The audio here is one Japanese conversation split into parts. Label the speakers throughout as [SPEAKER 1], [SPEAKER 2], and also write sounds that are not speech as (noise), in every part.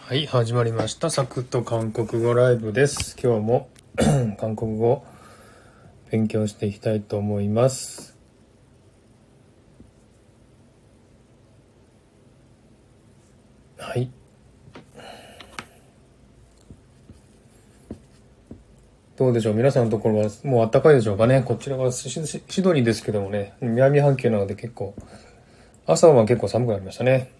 [SPEAKER 1] はい、始まりました。サクッと韓国語ライブです。今日も (clears throat) 韓国語勉強していきたいと思います。はい。どうでしょう皆さんのところはもう暖かいでしょうかねこちらはシシシドニーですけどもね、南半球なので結構、朝は結構寒くなりましたね。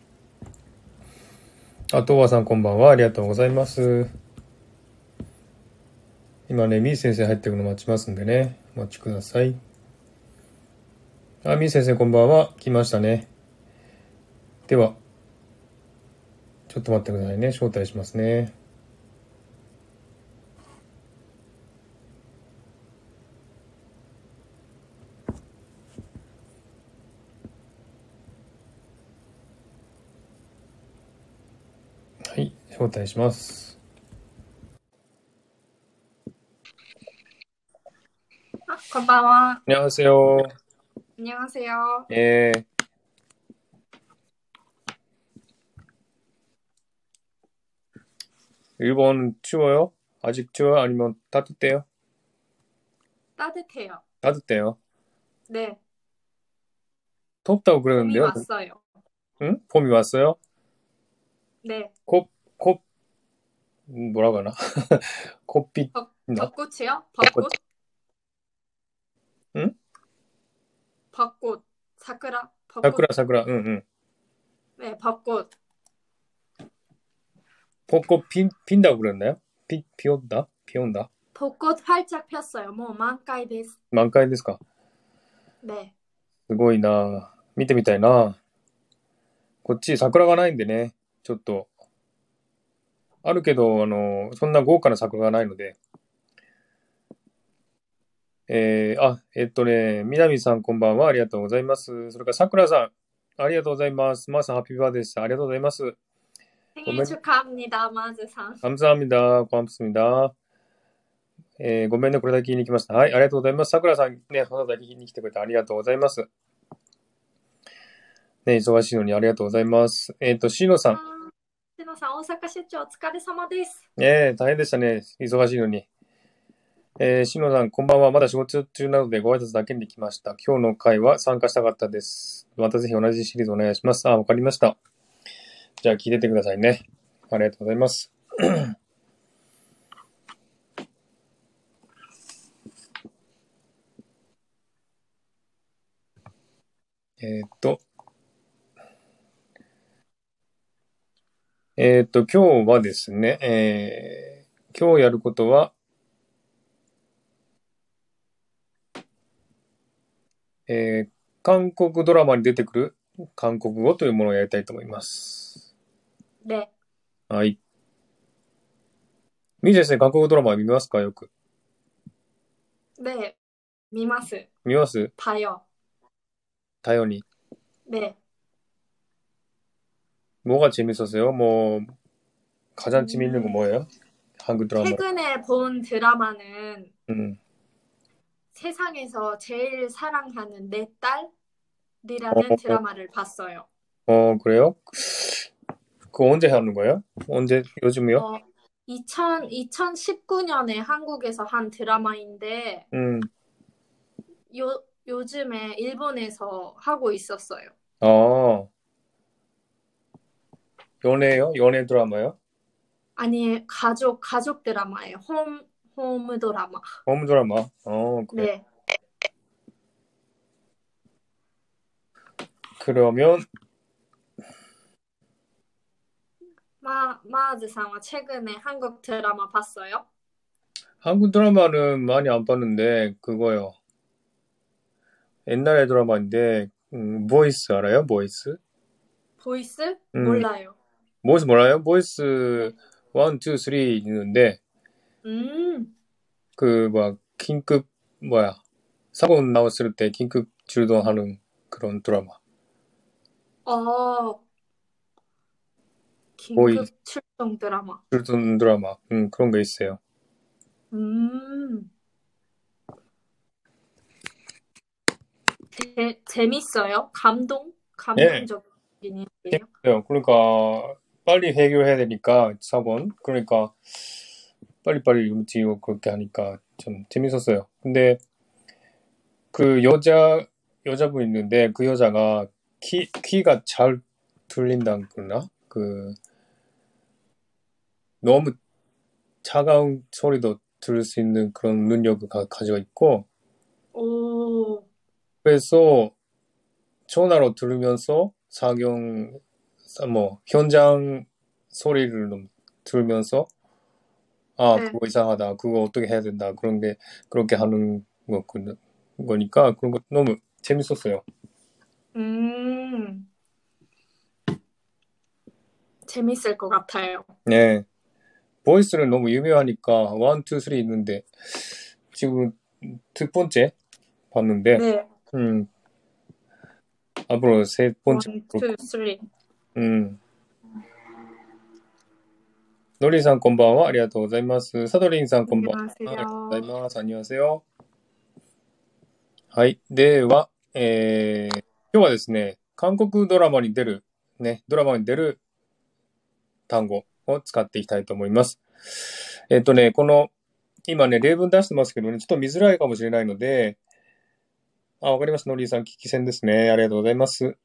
[SPEAKER 1] あと、おばさんこんばんは。ありがとうございます。今ね、みー先生入ってくるの待ちますんでね。お待ちください。あ、みー先生こんばんは。来ましたね。では、ちょっと待ってくださいね。招待しますね。はい、招待します。
[SPEAKER 2] あ、こんばんは。
[SPEAKER 1] 안녕하세요。
[SPEAKER 2] こんにちは。
[SPEAKER 1] えー、일본추워요아직추워요아니면따뜻해요
[SPEAKER 2] 따뜻해요.
[SPEAKER 1] 따뜻해요
[SPEAKER 2] 네,
[SPEAKER 1] 덥다고
[SPEAKER 2] 봄이
[SPEAKER 1] 그러는데요.
[SPEAKER 2] 왔어요.
[SPEAKER 1] 응? 봄이 왔어요?
[SPEAKER 2] 네,
[SPEAKER 1] 곱, 곱, 음, 뭐라고 하나? (laughs) 곱빛,
[SPEAKER 2] 벚,
[SPEAKER 1] 나-
[SPEAKER 2] 벚꽃이요? 벚꽃?
[SPEAKER 1] 응?
[SPEAKER 2] 벚꽃, 사쿠라, 벚꽃.
[SPEAKER 1] 사쿠라, 사쿠라, 응, 응.
[SPEAKER 2] 네, 벚꽃.
[SPEAKER 1] 벚꽃 핀, 핀다고 그랬나요? 비, 비 온다? 비 온다?
[SPEAKER 2] 벚꽃 활짝 폈어요. 뭐 만카이 데스.
[SPEAKER 1] 満開ですか
[SPEAKER 2] 네,
[SPEAKER 1] すごいなぁ見てみたいなぁこっち桜がないんでね、ちょっと。あるけど、あの、そんな豪華な桜がないので。えー、あ、えっとね、みなみさんこんばんは、ありがとうございます。それからさくらさん、ありがとうございます。まーさん、ハッピーバーデーでした。ありがとうございます。
[SPEAKER 2] 생일
[SPEAKER 1] 봄에-
[SPEAKER 2] 축하합니다,
[SPEAKER 1] 어.
[SPEAKER 2] 마즈상.
[SPEAKER 1] 감사합니다. 고맙습니다. 에, ごめんねこれだけ言いに来ました。はい、ありがとうございます。さくらさん、ね、花だけ言いに来てくれてありがとうございます。ね、忙しいのにありがとうございます。えっ、と、しのさん、
[SPEAKER 2] 아, 신호さん, 오사카 출장 お疲れ様です.
[SPEAKER 1] ね、大変でしたね。忙しいのに。えー、しのさん、こんばんは。まだ仕事中なのでご挨拶だけに来ました。今日の会は参加したかったです。またぜひ同じシリーズお願いします。あ、わかりました。じゃあ聞いててくださいね。ありがとうございます。えーっと。えーっと、今日はですね、えー、今日やることは、えー、韓国ドラマに出てくる韓国語というものをやりたいと思います。
[SPEAKER 2] 네,
[SPEAKER 1] はい。みー先生、韓国語ドラマ見ますかよく。
[SPEAKER 2] 네, 미마스,
[SPEAKER 1] 見ます
[SPEAKER 2] 봐요.
[SPEAKER 1] 頼りに。
[SPEAKER 2] 네,
[SPEAKER 1] 뭐가재밌었어요もう、가장재밌는거뭐예요 한국 드라마.
[SPEAKER 2] 최근에 본 드라마는
[SPEAKER 1] 음.
[SPEAKER 2] 세상에서 제일 사랑하는 내 딸이라는
[SPEAKER 1] 어.
[SPEAKER 2] 드라마를 봤어요.
[SPEAKER 1] 어, 그래요? 그거 언제 하는 거예요? 언제, 요즘이요?
[SPEAKER 2] 어, 2000, 2019년에 한국에서 한 드라마인데
[SPEAKER 1] 음.
[SPEAKER 2] 요, 요즘에 일본에서 하고 있었어요.
[SPEAKER 1] 아. 연애요? 연애 드라마요?
[SPEAKER 2] 아니, 가족, 가족 드라마예요. 홈, 홈 드라마.
[SPEAKER 1] 홈 드라마? 어, 그래.
[SPEAKER 2] 네.
[SPEAKER 1] 그러면,
[SPEAKER 2] 마, 마즈상은 최근에 한국 드라마 봤어요?
[SPEAKER 1] 한국 드라마는 많이 안 봤는데, 그거요. 옛날에 드라마인데, 음, 보이스 알아요? 보이스?
[SPEAKER 2] 보이스?
[SPEAKER 1] 음.
[SPEAKER 2] 몰라요.
[SPEAKER 1] 보이스 몰라요? 보이스 1, 2, 3 있는데,
[SPEAKER 2] 음,
[SPEAKER 1] 그, 뭐야, 긴급, 뭐야, 사고 나왔을 때 긴급 출동하는 그런 드라마.
[SPEAKER 2] 어,
[SPEAKER 1] 보이스.
[SPEAKER 2] 긴급 출동 드라마.
[SPEAKER 1] 출동 드라마. 음, 그런 게 있어요.
[SPEAKER 2] 음. 재, 재밌어요? 감동? 감동적인 일이에요?
[SPEAKER 1] 네, 예, 그러니까, 빨리 해결해야 되니까 4번 그러니까 빨리빨리 음치고 그렇게 하니까 참 재밌었어요. 근데 그 여자 여자분 있는데 그 여자가 키 키가 잘 들린다 그러나 그 너무 차가운 소리도 들을 수 있는 그런 능력을 가- 가지고 있고
[SPEAKER 2] 오,
[SPEAKER 1] 그래서 전화로 들으면서 사경 사- 뭐 현장 소리를 좀 들으면서 아
[SPEAKER 2] 네.
[SPEAKER 1] 그거 이상하다 그거 어떻게 해야 된다 그런 게 그렇게 하는 거 그- 거니까 그런 거 너무 재밌었어요.
[SPEAKER 2] 음. 재밌을 것 같아요.
[SPEAKER 1] 네 보이스를 너무 유명하니까 원, 투, 쓰리 있는데 지금 두 번째 봤는데
[SPEAKER 2] 네.
[SPEAKER 1] 음 앞으로 세 번째
[SPEAKER 2] 원, 투, 쓰리.
[SPEAKER 1] うん。のりさんこんばんは。ありがとうございます。サドリンさんこんばんは。ありがとうございます。안녕하세요。はい。では、えー、今日はですね、韓国ドラマに出る、ね、ドラマに出る単語を使っていきたいと思います。えっ、とね、この、今ね、例文出してますけどね、ちょっと見づらいかもしれないので、あ、わかりました。のりさん、聞き戦ですね。ありがとうございます。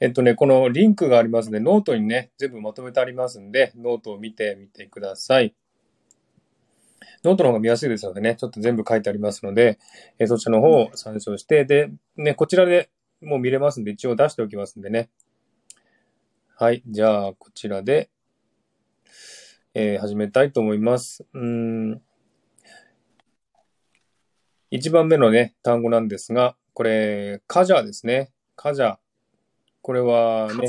[SPEAKER 1] えっとね、このリンクがありますね。ノートにね、全部まとめてありますんで、ノートを見てみてください。ノートの方が見やすいですのでね、ちょっと全部書いてありますので、えーそちらの方を参照して、で、ね、こちらでもう見れますんで、一応出しておきますんでね。はい、じゃあ、こちらで、えー始めたいと思います。うーん。一番目のね、単語なんですが、これ、カジャですね。カジャ。これはね、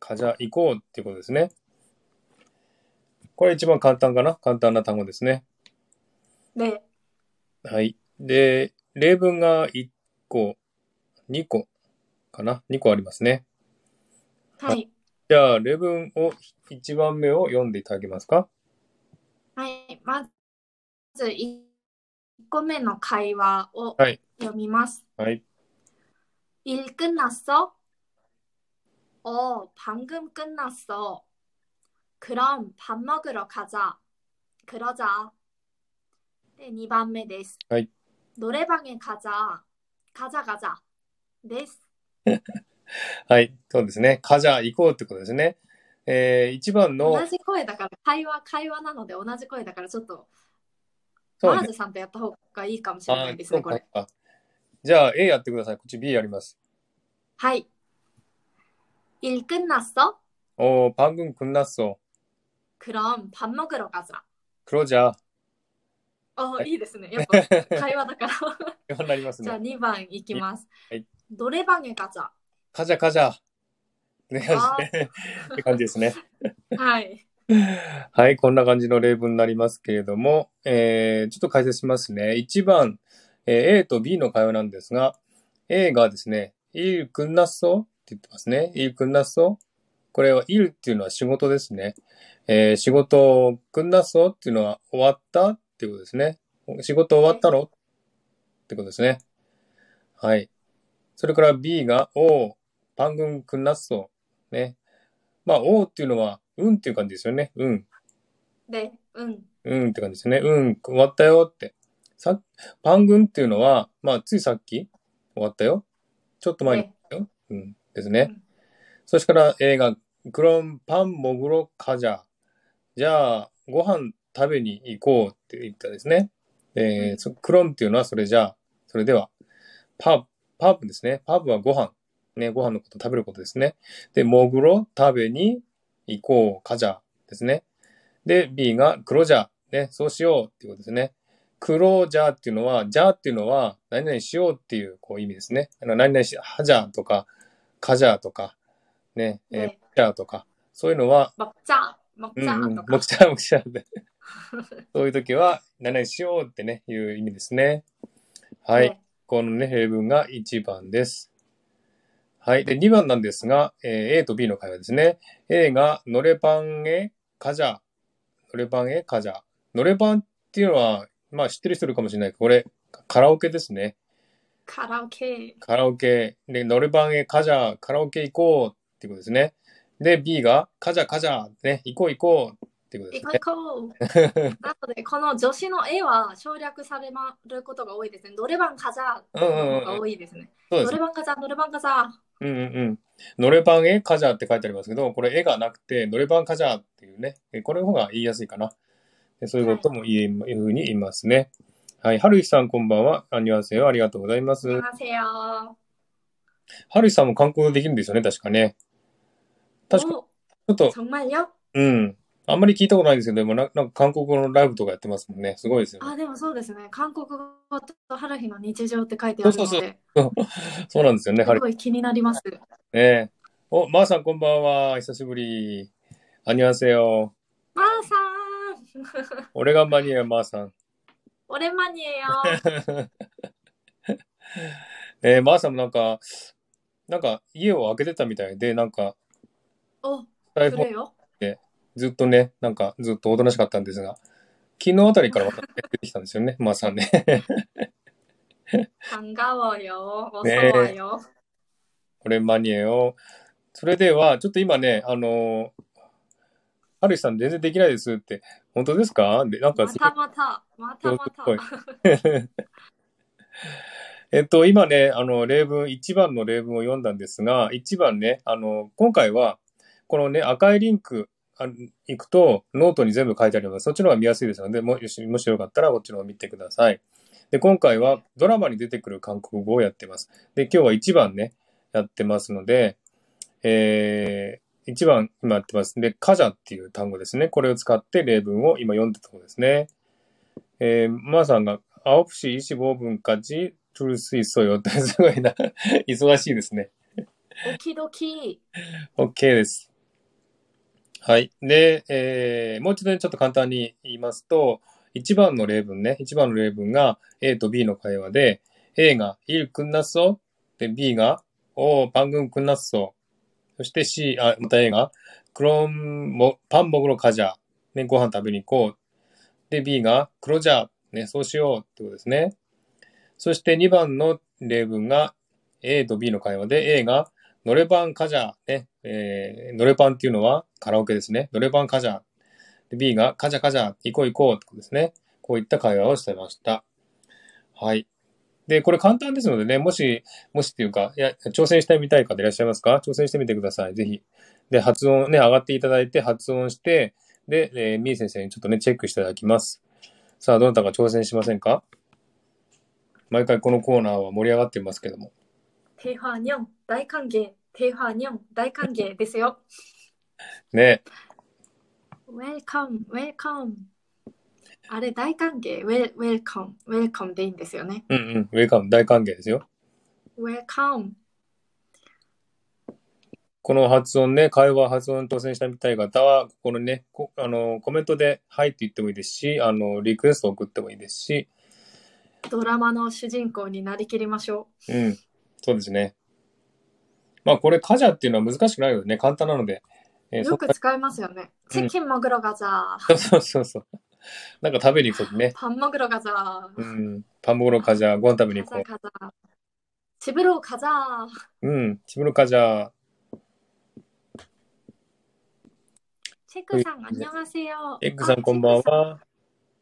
[SPEAKER 2] 가자.
[SPEAKER 1] 가자, 行こうっていうことですね。これ一番簡単かな簡単な単語ですね。
[SPEAKER 2] 네.
[SPEAKER 1] はい。で、例文が1個、2個かな ?2 個ありますね。
[SPEAKER 2] 하이.
[SPEAKER 1] じゃあ、例文を、1番目を読んでいただけますか
[SPEAKER 2] 하이. 맞아. 이 꿈의 대화
[SPEAKER 1] 하이.
[SPEAKER 2] 読みます.
[SPEAKER 1] はい。
[SPEAKER 2] 일 끝났어? 어, 방금 끝났어. 그럼 밥 먹으러 가자. 그러자. 네, 2번目 です.
[SPEAKER 1] 하이.
[SPEAKER 2] 노래방에 가자. 가자, 가자. です.
[SPEAKER 1] はい。そうですね。カジャ行こうってことですね。えー、1番の、
[SPEAKER 2] 同じ声だから、会話、会話なので同じ声だから、ちょっと、
[SPEAKER 1] そう
[SPEAKER 2] マー
[SPEAKER 1] ね
[SPEAKER 2] ズさんとやった方がいいかもしれな
[SPEAKER 1] あ
[SPEAKER 2] いです
[SPEAKER 1] そ
[SPEAKER 2] ね、
[SPEAKER 1] う
[SPEAKER 2] こ
[SPEAKER 1] か
[SPEAKER 2] れ。。
[SPEAKER 1] あじゃあ、A やってください。こっち B やります。
[SPEAKER 2] はい。일끝났어
[SPEAKER 1] おー、방금끝났어。
[SPEAKER 2] 그럼 밥 먹으러 가자.
[SPEAKER 1] 그러자。 (laughs)
[SPEAKER 2] 어,
[SPEAKER 1] 하이.
[SPEAKER 2] いいですね。
[SPEAKER 1] (laughs)
[SPEAKER 2] やっぱ、会話だから。
[SPEAKER 1] になります
[SPEAKER 2] じゃあ
[SPEAKER 1] ね。
[SPEAKER 2] 2番いきます。
[SPEAKER 1] はい
[SPEAKER 2] 노래방에가자。
[SPEAKER 1] カジャカジャ。ね、 (laughs) って感じですね。
[SPEAKER 2] はい。
[SPEAKER 1] (laughs) はい、こんな感じの例文になりますけれども、えーちょっと解説しますね。1番、えー A と B の会話なんですが、A がですね、いるくんなっそって言ってますね。いるくんなっそこれは、いるっていうのは仕事ですね。えー仕事、くんなっそっていうのは終わったっていうことですね。仕事終わったのってことですね。はい。それから B が、おー、番組くんなっそ。ね。まあ、おーっていうのは、うんっていう感じですよね。うん。
[SPEAKER 2] で、うん。
[SPEAKER 1] うんって感じですね。うん、終わったよって。さ、番組っていうのは、まあ、ついさっき終わったよ。ちょっと前に終
[SPEAKER 2] で、
[SPEAKER 1] わったよ。うん、ですね。
[SPEAKER 2] うん
[SPEAKER 1] そしたら映画、クロンパンモグロカジャ。じゃあ、ご飯食べに行こうって言ったですね。え
[SPEAKER 2] う
[SPEAKER 1] ー
[SPEAKER 2] ん
[SPEAKER 1] そクロンっていうのはそれじゃあ、それでは、パブ、パブですね。パブはご飯。ね、ご飯のこと食べることですね。で、モグロ食べに行こうカジャですね。で、B が黒じゃ、ね、そうしようっていうことですね。黒じゃっていうのは、じゃっていうのは、何々しようっていうこう意味ですね。あの何々し、はじゃとか、かじゃとか、ね、えー、
[SPEAKER 2] ね
[SPEAKER 1] じゃとか、そういうのは、
[SPEAKER 2] もっちゃ、もっ
[SPEAKER 1] う
[SPEAKER 2] ち
[SPEAKER 1] ん
[SPEAKER 2] ゃ
[SPEAKER 1] うん、
[SPEAKER 2] と
[SPEAKER 1] も
[SPEAKER 2] か
[SPEAKER 1] く。ちゃもくちゃ
[SPEAKER 2] (laughs)
[SPEAKER 1] で。そういう時は、何々しようってね、いう意味ですね。はい。
[SPEAKER 2] で
[SPEAKER 1] このね、例文が1番です。はい。で、2番なんですが、えー A と B の会話ですね。A が、のれパンへカジャ。のれパンへカジャ。のれパンっていうのは、まあ知ってる人いるかもしれないけどこれ、カラオケですね。
[SPEAKER 2] カラオケ。
[SPEAKER 1] カラオケ。で、のれパンへカジャ、カラオケ行こうっていうことですね。で、B が、カジャカジャね、行こう行こうってことです
[SPEAKER 2] 行こ
[SPEAKER 1] ね。
[SPEAKER 2] う行こう。なので、この女子の絵は省略されまることが多いですね。どれ番かじゃの方が多いですね。
[SPEAKER 1] そうで
[SPEAKER 2] ど
[SPEAKER 1] す
[SPEAKER 2] れ
[SPEAKER 1] ね。
[SPEAKER 2] 番かじゃ、どれ番かじゃ。
[SPEAKER 1] うんうんうん。ノレパン絵カジャって書いてありますけど、これ絵がなくて、ノレパンカジャっていうね、えこれの方が言いやすいかな。でそういうことも言え、い、うふうに言いますね。はい。はるゆきさんこんばんは。あにわせよ。ありがとうございます。
[SPEAKER 2] 안녕하세요。
[SPEAKER 1] はるゆきさんも観光できるんですよね、確かね。確か、ち
[SPEAKER 2] お、
[SPEAKER 1] ょっと、
[SPEAKER 2] 정말요
[SPEAKER 1] うん。あんまり聞いたことないんですけど、でもななんか韓国語のライブとかやってますもんね。すごいですよね。
[SPEAKER 2] あ、でもそうですね。韓国語とハラヒの日常って書いてある
[SPEAKER 1] そ
[SPEAKER 2] の
[SPEAKER 1] うそう
[SPEAKER 2] で、
[SPEAKER 1] そうなんですよね、は
[SPEAKER 2] す
[SPEAKER 1] る
[SPEAKER 2] ごい気になります。
[SPEAKER 1] ねえ。お、まー、さんこんばんは。久しぶり。あにわせよ。
[SPEAKER 2] まーさん、
[SPEAKER 1] オレガンマニア、まーさん。
[SPEAKER 2] 오랜만
[SPEAKER 1] (laughs)
[SPEAKER 2] 이에요。
[SPEAKER 1] (laughs) えー、まーさんもなんか、なんか家を開けてたみたいで、なんか、
[SPEAKER 2] お、
[SPEAKER 1] 台
[SPEAKER 2] く
[SPEAKER 1] 本
[SPEAKER 2] れよ。
[SPEAKER 1] ずっとね、なんかずっとおとなしかったんですが、昨日あたりからまた出てきたんですよね、 (laughs) まーさんね。
[SPEAKER 2] 반가워요。어서
[SPEAKER 1] ねえ
[SPEAKER 2] 와요。
[SPEAKER 1] オレマニエを。それでは、ちょっと今ね、あのー、はるしさん全然できないですって、本当ですかで、なんか
[SPEAKER 2] ます
[SPEAKER 1] ごい
[SPEAKER 2] たまた、また
[SPEAKER 1] 上
[SPEAKER 2] ま
[SPEAKER 1] 手ったぽ。い。 (laughs) えっと、今ね、あの、例文、1番の例文を読んだんですが、1番ね、あの、今回は、このね、赤いリンク、あ行くと、ノートに全部書いてあります。そっちの方が見やすいですので、もし、もしよかったら、こっちの方を見てください。で、今回は、ドラマに出てくる韓国語をやってます。で、今日は1番ね、やってますので、えー、1番、今やってます。で、カジャっていう単語ですね。これを使って例文を今読んだところですね。えー、まーさんが、9시 25분까지 들을 수 있어요. ってすごいな。 (laughs) 忙しいですね。
[SPEAKER 2] ドキドキ。
[SPEAKER 1] OK です。はい。で、えーもう一度ねちょっと簡単に言いますと、1番の例文ね。1番の例文が A と B の会話で、A が、일 끝났어? で、B が、お番組끝났어そして C、あ、また A が、그럼も、パン먹으러가자。ね、ご飯食べに行こう。で、B が、그러자。ね、そうしようってことですね。そして2番の例文が、A と B の会話で、A が、ノレパンカジャ、ね、えー、ノレパンっていうのはカラオケですね。ノレパンカジャ。で B がカジャカジャ、行こう行こうってことですね。こういった会話をしてました。はい。で、これ簡単ですのでね、もし、もしっていうか、いや、挑戦してみたい方いらっしゃいますか挑戦してみてください。ぜひ。で、発音ね、上がっていただいて、発音して、で、えー、みー先生にちょっとね、チェックしていただきます。さあ、どなたか挑戦しませんか毎回このコーナーは盛り上がっていますけども。
[SPEAKER 2] テファニョン、大歓迎。テファニョン、大歓迎ですよ。
[SPEAKER 1] ね。
[SPEAKER 2] Welcome, welcome. あれ、大歓迎。Wel- welcome, welcome でいいんですよね。
[SPEAKER 1] うんうん。ウェルカム、大歓迎ですよ。
[SPEAKER 2] Welcome.
[SPEAKER 1] この発音ね、会話発音に挑戦したみたい方は、ここのね、こあの、コメントで、はいって言ってもいいですし、あの、リクエストを送ってもいいですし、
[SPEAKER 2] ドラマの主人公になりきりましょ
[SPEAKER 1] うん。そうですね。まあ、これ、カジャっていうのは難しくないのでね、簡単なので。 (laughs) え
[SPEAKER 2] う。
[SPEAKER 1] ーそ
[SPEAKER 2] よく使いますよね。チキンマグロガザー。
[SPEAKER 1] そうそうそう。なんか食べに行くときね。
[SPEAKER 2] パンマグロガザ
[SPEAKER 1] う
[SPEAKER 2] ー。
[SPEAKER 1] ん。パンボロカジャ、ご飯食べに
[SPEAKER 2] ガ
[SPEAKER 1] 行
[SPEAKER 2] ザ
[SPEAKER 1] こ
[SPEAKER 2] ガザ。チブローガザー。
[SPEAKER 1] う。うん。チムロカジャ、
[SPEAKER 2] チェクさん、あにゃがせよ。
[SPEAKER 1] エッグさんこんばん。は。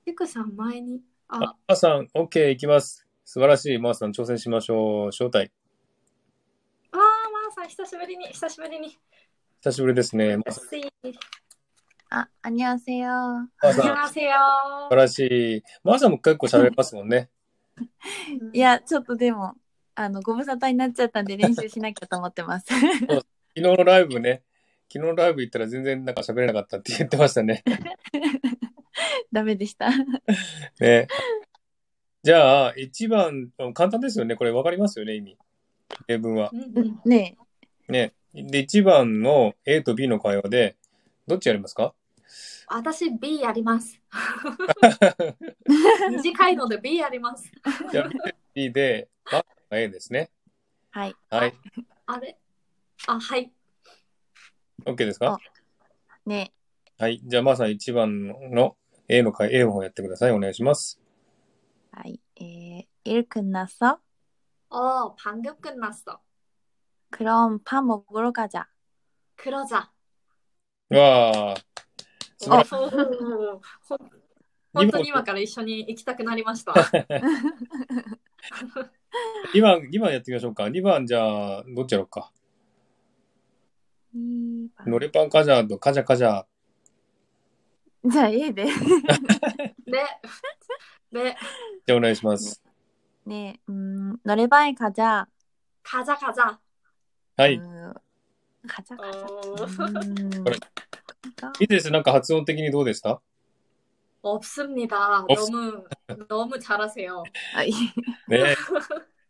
[SPEAKER 2] チェクさん、チェクさん前に。あ
[SPEAKER 1] あ、、マーさん、OK、行きます。素晴らしい。マーさん、挑戦しましょう。招待。
[SPEAKER 2] わあ、まーさん、久しぶりに、久しぶりに。
[SPEAKER 1] 久しぶりですね。マーさん
[SPEAKER 2] スイ
[SPEAKER 3] 아 안녕하세요.
[SPEAKER 1] マ
[SPEAKER 2] あ
[SPEAKER 1] ー
[SPEAKER 2] に
[SPEAKER 1] さ
[SPEAKER 2] ゃ
[SPEAKER 1] ん。
[SPEAKER 2] がせよ。
[SPEAKER 1] 素晴らしい。マーさんも結構喋れますもんね。
[SPEAKER 3] いやちょっとでもあのご無沙汰になっちゃったんで練習しなきゃと思ってます。 (laughs)
[SPEAKER 1] 昨日のライブね、昨日のライブ行ったら全然なんか喋れなかったって言ってました
[SPEAKER 2] (laughs)
[SPEAKER 1] ね。
[SPEAKER 3] ダメでした。
[SPEAKER 1] ね。じゃあ、一番、簡単ですよね。これわかりますよね、意味。例文は
[SPEAKER 2] う。んうん
[SPEAKER 3] ね
[SPEAKER 1] ね。で、一番の A と B の会話で、どっちやりますか
[SPEAKER 2] 私 B や
[SPEAKER 1] (laughs)
[SPEAKER 2] ります。短いので B やります。
[SPEAKER 1] じゃあ、B で、マーさんが A ですね。
[SPEAKER 3] はい
[SPEAKER 1] はい。
[SPEAKER 2] あれあ、はい。
[SPEAKER 1] OK ですか
[SPEAKER 3] ね
[SPEAKER 1] はい。じゃあ、マーさん一番の A の会、A の方やってください。お願いします。
[SPEAKER 3] はい 에, 일 끝났어?
[SPEAKER 2] 어, 방금 끝났어.
[SPEAKER 3] 그럼 밥 먹으러 가자.
[SPEAKER 2] 그러자.
[SPEAKER 1] わあ、素晴らしい。
[SPEAKER 2] そうほん本当に今から一緒に行きたくなりました。
[SPEAKER 3] (laughs)
[SPEAKER 1] 2番、2番やってみましょうか。2番、じゃあ、どっちやろうか。
[SPEAKER 3] いいわ
[SPEAKER 1] のれパンカジャーとカジャカジャー。
[SPEAKER 3] じゃあ (laughs) A
[SPEAKER 2] で、
[SPEAKER 3] で。
[SPEAKER 2] で、
[SPEAKER 1] じゃあ、お願いします。
[SPEAKER 3] ね음 노래방에 가자.
[SPEAKER 2] カジャカジャ。
[SPEAKER 1] はい。
[SPEAKER 3] 어, 가자 가자.
[SPEAKER 2] お
[SPEAKER 3] 음,
[SPEAKER 1] 그래.
[SPEAKER 3] 가자.
[SPEAKER 1] いいです。なんか発音的にどうでした
[SPEAKER 2] 없습니다
[SPEAKER 1] 없-
[SPEAKER 2] 너무너무잘하세요
[SPEAKER 3] 아, 예.
[SPEAKER 1] (laughs) ね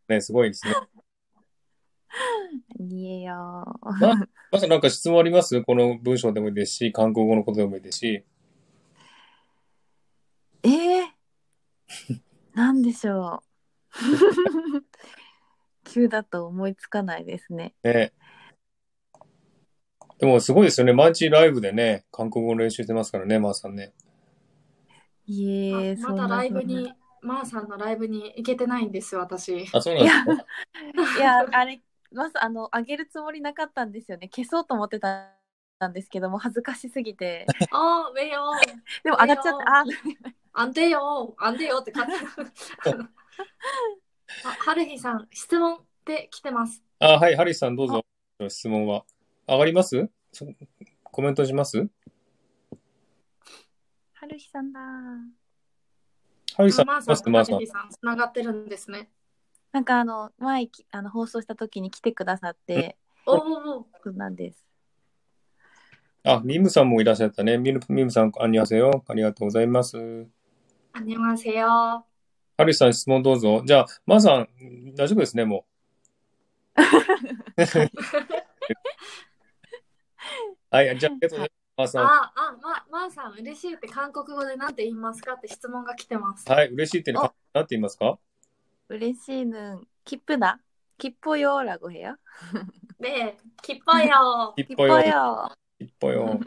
[SPEAKER 1] え。ねすごいですね。
[SPEAKER 3] 아니에요.
[SPEAKER 1] まずなんか質問ありますこの文章でもいいですし、韓国語のことでもいいですし。
[SPEAKER 3] 에?なんでしょう。 (laughs) 急だと思いつかないですね。
[SPEAKER 1] ねでもすごいですよね。毎日ライブでね、韓国語の練習してますからね、まー、さんね。
[SPEAKER 3] いえ、
[SPEAKER 2] ま
[SPEAKER 3] そんな
[SPEAKER 2] だライブ
[SPEAKER 3] そん
[SPEAKER 2] に、マーさんのライブに行けてないんです、私。
[SPEAKER 1] あ、そうなんですか
[SPEAKER 3] ないや、あれ、まず、あの、あげるつもりなかったんですよね。消そうと思ってたんですけども、恥ずかしすぎ (laughs) て。
[SPEAKER 2] あ、왜요
[SPEAKER 3] でも、上がっちゃって、あ、
[SPEAKER 2] 안돼요안돼요って感じ。あ、はるひさん、質問で来てます。
[SPEAKER 1] あ、はい、ハリスさんどうぞ。質問は。上がりますそコメントします
[SPEAKER 3] はるひさんだ。
[SPEAKER 1] ハリスさん、
[SPEAKER 2] マー
[SPEAKER 1] ま
[SPEAKER 2] さ
[SPEAKER 1] す
[SPEAKER 2] ん、
[SPEAKER 1] マ
[SPEAKER 2] は
[SPEAKER 1] ーさん
[SPEAKER 2] る。ひさん、つながってるんですね。
[SPEAKER 3] なんか、あの、前、きあの、放送した時に来てくださって、
[SPEAKER 2] おお、
[SPEAKER 3] そうなんです。
[SPEAKER 1] あ、ミムさんもいらっしゃったね。ミムミムさん、あんにゃせよ。ありがとうございます。
[SPEAKER 2] 안녕하세요。
[SPEAKER 1] ハリスさん、質問どうぞ。じゃあ、マーさん、大丈夫ですね、も
[SPEAKER 3] (laughs)
[SPEAKER 1] う。はい、じゃあ、ありがとうございます。マー
[SPEAKER 2] あ、あ、ま、まーさん、嬉しいって韓国語でなんて言いますかって質問が来てます
[SPEAKER 1] さ。ん。はい、嬉しいっていうのは、なんて言いますか
[SPEAKER 3] 嬉しいぬ、切符だ。切符よ、ラゴヘよ。
[SPEAKER 2] で、きっぱよ。
[SPEAKER 1] 一
[SPEAKER 3] 切符
[SPEAKER 1] 歩よ。
[SPEAKER 3] よ。
[SPEAKER 1] 一歩よ。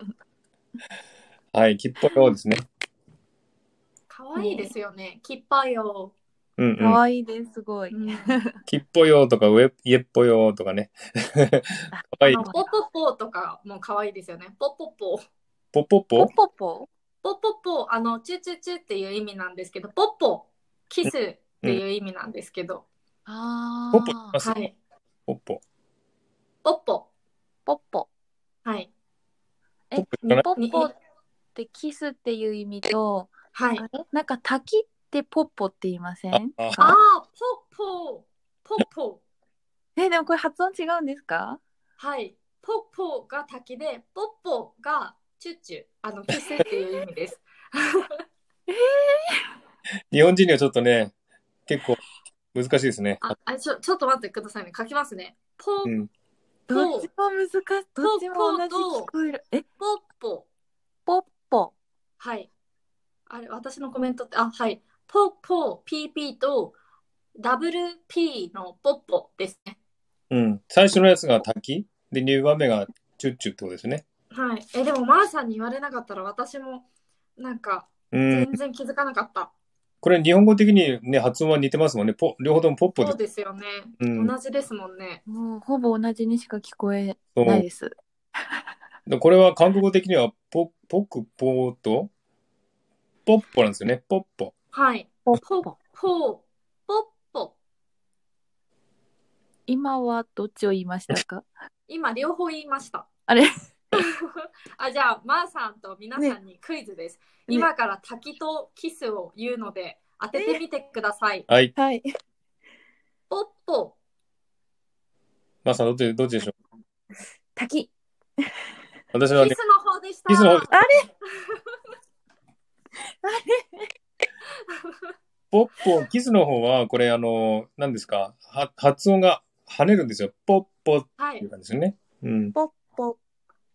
[SPEAKER 1] はい、きっぽよですね。
[SPEAKER 2] かわいいですよね。きっぱよ。
[SPEAKER 1] うん
[SPEAKER 3] か
[SPEAKER 1] うん。
[SPEAKER 3] わいいです、すごい。
[SPEAKER 2] うん
[SPEAKER 1] きっぽよとか、うえ、いえっぽよとかね。 (laughs) かわいい。
[SPEAKER 2] ポポポとかもかわいいですよね。ポポポ。
[SPEAKER 1] ぽぽ
[SPEAKER 3] ポ
[SPEAKER 1] ぽ
[SPEAKER 3] ポポ
[SPEAKER 2] ポポポ、あの、チュチュチュっていう意味なんですけど、ポポ、キスっていう意味なんですけど、
[SPEAKER 3] あ
[SPEAKER 1] ぽぽ
[SPEAKER 3] あ。
[SPEAKER 1] あ
[SPEAKER 2] はい。
[SPEAKER 1] ぽぽ。
[SPEAKER 2] ポポ。
[SPEAKER 3] ポッポ。
[SPEAKER 2] はい。
[SPEAKER 3] え、
[SPEAKER 1] ポッ
[SPEAKER 3] ポッポってキスっていう意味と、
[SPEAKER 2] はい。
[SPEAKER 3] あれなんか滝ってポッポって言いません
[SPEAKER 1] あ
[SPEAKER 2] あ
[SPEAKER 1] あ
[SPEAKER 2] あ、ポポ、ポポ。
[SPEAKER 3] え、でもこれ発音違うんですか
[SPEAKER 2] はい。ポポが滝で、ポポがチュチュ、あの、キスっていう意味です。
[SPEAKER 1] 日本人にはちょっとね、結構難しいですね。
[SPEAKER 2] あ、あちょ、ちょっと待ってくださいね。書きますね。ポ
[SPEAKER 1] うん。
[SPEAKER 3] どっちも難しい。どっちも同じ聞こえる。え、
[SPEAKER 2] ポポ。
[SPEAKER 3] ポッポ。
[SPEAKER 2] はい。あれ、私のコメントって、あ、はい。ポッポ、PP と、WP のポッポですね。
[SPEAKER 1] うん。最初のやつが滝で、2番目がチュッチュってことですね。
[SPEAKER 2] はい。え、でも、マーさんに言われなかったら、私も、なんか、
[SPEAKER 1] うん
[SPEAKER 2] 全。然気づかなかった。
[SPEAKER 1] これ日本語的にね、発音は似てますもんね。ぽ、両方ともポッポ
[SPEAKER 2] そう
[SPEAKER 1] で
[SPEAKER 2] ですよね。
[SPEAKER 1] うん
[SPEAKER 2] 同じですもんね。
[SPEAKER 3] もうほぼ同じにしか聞こえ
[SPEAKER 1] す。
[SPEAKER 3] ないです。
[SPEAKER 1] でこれは韓国語的にはポ、ポクポーと、ポッポなんですよね。ポッポ。
[SPEAKER 2] はい。
[SPEAKER 3] ポ
[SPEAKER 2] ポ
[SPEAKER 3] ッ
[SPEAKER 2] ッ
[SPEAKER 3] ポ。
[SPEAKER 2] ポ、ポッポ。
[SPEAKER 3] 今はどっちを言いました (laughs) か
[SPEAKER 2] 今、両方言いました。
[SPEAKER 3] あれ
[SPEAKER 2] あ、じゃあ、マーさんと皆さんにクイズです。
[SPEAKER 3] ね
[SPEAKER 2] 今から滝とキスを言うので、当ててみてください。
[SPEAKER 1] はい。
[SPEAKER 3] はい。
[SPEAKER 2] ポッポ、
[SPEAKER 1] まあさん、どっち、どっちでしょう
[SPEAKER 3] 滝。
[SPEAKER 1] 私は
[SPEAKER 2] キ
[SPEAKER 1] ね、
[SPEAKER 2] スの方でした。
[SPEAKER 1] キスの方ですポッポ、キスの方は、これ、あの、何ですか、は発音が跳ねるんですよ。ポッポっ
[SPEAKER 2] (laughs) は
[SPEAKER 1] てい
[SPEAKER 2] い。
[SPEAKER 1] う感じですよね。 (laughs) うん。
[SPEAKER 3] ポッポ。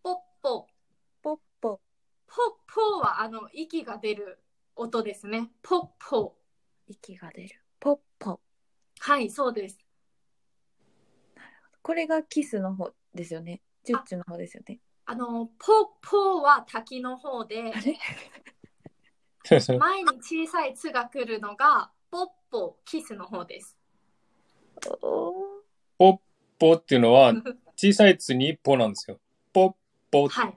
[SPEAKER 2] ポッポ。
[SPEAKER 3] ポッ
[SPEAKER 2] ポッ
[SPEAKER 3] ポ。
[SPEAKER 2] ポはあの息が出る音ですね。ポッポ。
[SPEAKER 3] 息が出る。ポッポ。
[SPEAKER 2] はい、そうです。
[SPEAKER 3] これがキスの方ですよね。チュッチュの方ですよね。
[SPEAKER 2] あの、ポッポは滝の方で、前に小さい「つ」が来るのが、ポッポ、キスの方です。
[SPEAKER 3] おー
[SPEAKER 1] ポッポっていうのは、小さい「つ」に「ポ」なんですよ。ポッポ、
[SPEAKER 2] はい。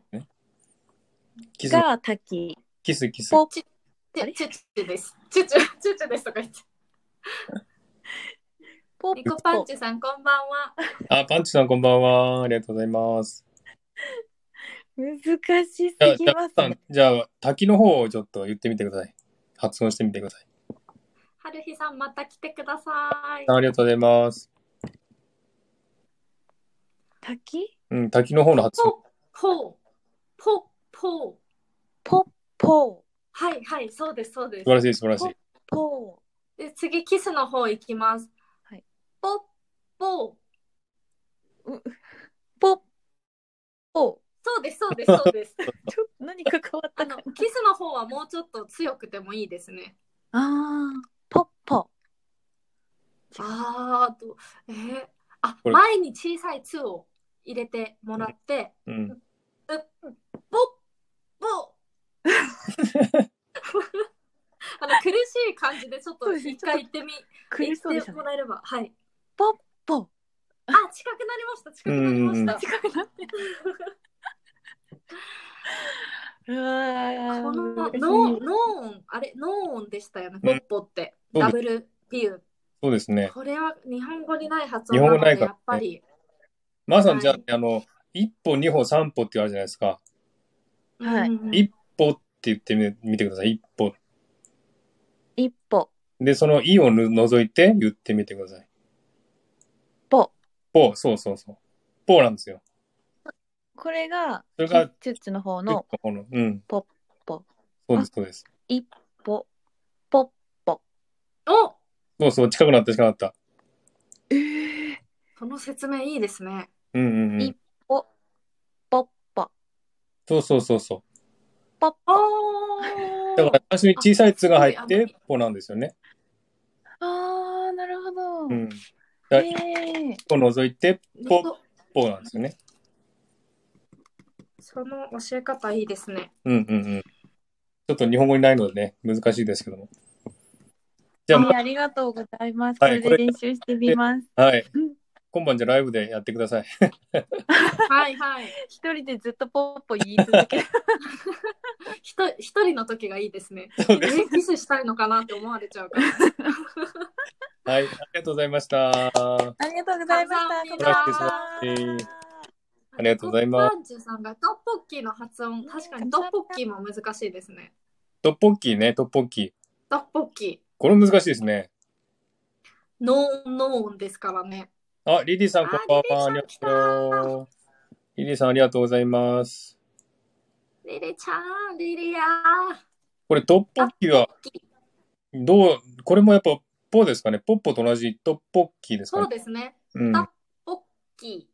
[SPEAKER 1] キス、
[SPEAKER 3] が滝。
[SPEAKER 1] キス、キス。
[SPEAKER 3] ポ
[SPEAKER 2] チュチュチュです。チュチュ、チュチュですとか言って。
[SPEAKER 3] ポ
[SPEAKER 2] ニコパンチさん、こんばんは。
[SPEAKER 1] あ、パンチさんこんばんは。ありがとうございます。
[SPEAKER 3] 難しす
[SPEAKER 1] じゃあ、
[SPEAKER 3] ぎ
[SPEAKER 1] じゃ
[SPEAKER 3] ま
[SPEAKER 1] あ
[SPEAKER 3] すね。
[SPEAKER 1] じゃあ滝の方をちょっと言ってみてください。発音してみてください。
[SPEAKER 2] はるひさん、また来てください。
[SPEAKER 1] ありがとうございます。
[SPEAKER 3] 滝
[SPEAKER 1] うん、滝の方の発音。
[SPEAKER 2] ポポポポ
[SPEAKER 3] ポポ
[SPEAKER 2] はいはい、そうです、そうです
[SPEAKER 1] 素晴。らしい、素晴らしい。
[SPEAKER 3] ポ
[SPEAKER 2] で次、キスの方行きます。
[SPEAKER 3] はい、
[SPEAKER 2] ポッポ
[SPEAKER 3] ポポ
[SPEAKER 2] そうです、そうです、そう
[SPEAKER 3] (laughs)
[SPEAKER 2] です。
[SPEAKER 3] ちょっと何か変わっ
[SPEAKER 2] あ
[SPEAKER 3] た
[SPEAKER 2] の
[SPEAKER 3] か。
[SPEAKER 2] キスの方はもうちょっと強くてもいいですね。
[SPEAKER 3] あーポッポ。
[SPEAKER 2] あーと、えー、あ
[SPEAKER 1] これ
[SPEAKER 2] 前に小さい「つ」を入れてもらって、
[SPEAKER 1] うん。
[SPEAKER 2] うぼっ
[SPEAKER 3] (laughs)
[SPEAKER 2] ぼあの苦しい感じでちょっ
[SPEAKER 3] そう
[SPEAKER 2] と
[SPEAKER 3] ですね
[SPEAKER 2] 一回行ってみ、
[SPEAKER 3] 苦しそうで
[SPEAKER 2] 行っ
[SPEAKER 3] してた
[SPEAKER 2] も
[SPEAKER 3] ね。
[SPEAKER 2] らえれば、はい。
[SPEAKER 3] ポッポ。
[SPEAKER 2] あ、近くなりました、近くなりま
[SPEAKER 1] うんうんう
[SPEAKER 2] し
[SPEAKER 1] ん
[SPEAKER 2] た。
[SPEAKER 3] 近くなってる。うわー
[SPEAKER 2] このノ
[SPEAKER 3] 難しい
[SPEAKER 2] ーノーン、あれ、ノーンでしたよね、ポッポって、
[SPEAKER 1] そうです
[SPEAKER 2] ダブルピュ
[SPEAKER 1] そうですね
[SPEAKER 2] ー。。これは日本語にない発音な
[SPEAKER 1] 日本語
[SPEAKER 2] の
[SPEAKER 1] ないか
[SPEAKER 2] で、
[SPEAKER 1] ら
[SPEAKER 2] や
[SPEAKER 1] ね
[SPEAKER 2] っぱり。
[SPEAKER 1] まあさん、
[SPEAKER 2] はい
[SPEAKER 1] じゃあね、あの、一歩、二歩、三歩ってあるじゃないですか。
[SPEAKER 3] はい
[SPEAKER 2] うんうん
[SPEAKER 1] 一歩って言ってみ見てください。一歩。
[SPEAKER 3] 一歩
[SPEAKER 1] で、そのイをぬ除いて言ってみてください。
[SPEAKER 3] ポ。
[SPEAKER 1] ポー、そうそうそう。ポーなんですよ。
[SPEAKER 3] これが
[SPEAKER 1] それが
[SPEAKER 3] チュッチュの方の
[SPEAKER 1] この、うん。
[SPEAKER 3] ポッポ。
[SPEAKER 1] そうです、そうです。
[SPEAKER 3] 一歩ポッポ。
[SPEAKER 2] お
[SPEAKER 1] そうそう、近くなった、近くなった。
[SPEAKER 3] えー、
[SPEAKER 2] この説明いいですね。
[SPEAKER 1] うんうんう
[SPEAKER 3] い
[SPEAKER 1] ん。
[SPEAKER 3] ポポッポ
[SPEAKER 1] そうそうそうそう。
[SPEAKER 3] ポッポ。
[SPEAKER 2] おー
[SPEAKER 1] だから、最初に小さい「つ」が入っ
[SPEAKER 2] あすごいあ
[SPEAKER 1] て、ポなんですよね。
[SPEAKER 3] あーなるほど。
[SPEAKER 1] うん。だから、一
[SPEAKER 3] えー、
[SPEAKER 1] 歩除いて、ポ
[SPEAKER 2] 猫
[SPEAKER 1] ポなんですよね。
[SPEAKER 2] その教え方いいですね。
[SPEAKER 1] うんうんうん。ちょっと日本語にないのでね、難しいですけども。じゃあ、
[SPEAKER 3] はい
[SPEAKER 1] ま
[SPEAKER 3] ありがとうございます。こ
[SPEAKER 1] はい
[SPEAKER 3] れで練習してみます。
[SPEAKER 1] はい
[SPEAKER 3] うん。
[SPEAKER 1] 今晩じゃあライブでやってください。
[SPEAKER 2] はいはい。
[SPEAKER 3] 一人でずっとポッポ言い続
[SPEAKER 1] (laughs)
[SPEAKER 3] ける。
[SPEAKER 2] ひと一人の時がいいですね。
[SPEAKER 1] そうです。
[SPEAKER 2] えキスしたいのかなって思われちゃうから。
[SPEAKER 1] はい。ありがとうございました。
[SPEAKER 3] ありがとうございまし
[SPEAKER 2] こ
[SPEAKER 3] た。
[SPEAKER 1] んばんは
[SPEAKER 3] こんばんは
[SPEAKER 1] ありがとうございます
[SPEAKER 2] トッパンチュさんがトッポッキーの発音、確かにトッポッキーも難しいですね。
[SPEAKER 1] トッポッキーね、トッポッキー。
[SPEAKER 2] トッポッキ
[SPEAKER 1] これ難しいですね。
[SPEAKER 2] ー、ノーンノーンですからね。
[SPEAKER 1] あ、リリーさん、こんばんは。
[SPEAKER 2] あ
[SPEAKER 1] ありが
[SPEAKER 2] リリーさん来た
[SPEAKER 1] とう。リリーさん、ありがとうございます。
[SPEAKER 2] リリちゃん、リリアー。
[SPEAKER 1] これ、トッポッキーは、どう、これもやっぱ、ポですかね。ポッポと同じトッポッキーですか
[SPEAKER 2] そう
[SPEAKER 1] ね。
[SPEAKER 2] ですね。
[SPEAKER 1] う
[SPEAKER 2] だポッキ
[SPEAKER 1] ん。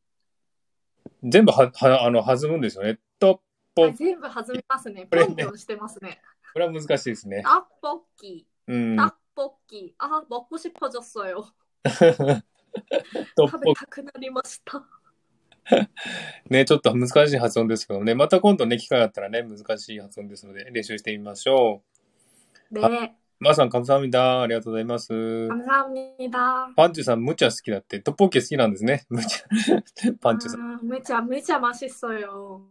[SPEAKER 1] 全部は、は、あの、弾むんですよね。トッ
[SPEAKER 2] ー。
[SPEAKER 1] ポ
[SPEAKER 2] あ全部弾みますね。
[SPEAKER 1] こ
[SPEAKER 2] ポ
[SPEAKER 1] れね
[SPEAKER 2] ンポンしてますね。
[SPEAKER 1] これは難しいですね。
[SPEAKER 2] あっポッキ
[SPEAKER 1] うん (laughs)
[SPEAKER 2] ー。。あっポッキー。あ、먹고싶어졌어요。
[SPEAKER 1] トッ
[SPEAKER 2] 食べ
[SPEAKER 1] ポ
[SPEAKER 2] たくなりました。
[SPEAKER 1] ね、ちょっと難しい発音ですけどね、また今度ね、機会があったらね、難しい発音ですので、練習してみましょ
[SPEAKER 2] ね、
[SPEAKER 1] う。まーさん、カムサハミダありがとうございます
[SPEAKER 2] 감사합니다。
[SPEAKER 1] パンチュさん、ムチャ好きだって、トッポッケ好きなんですね。ムチャ。 (laughs) パンチュさん。
[SPEAKER 2] あーめちゃめちゃ맛있어요。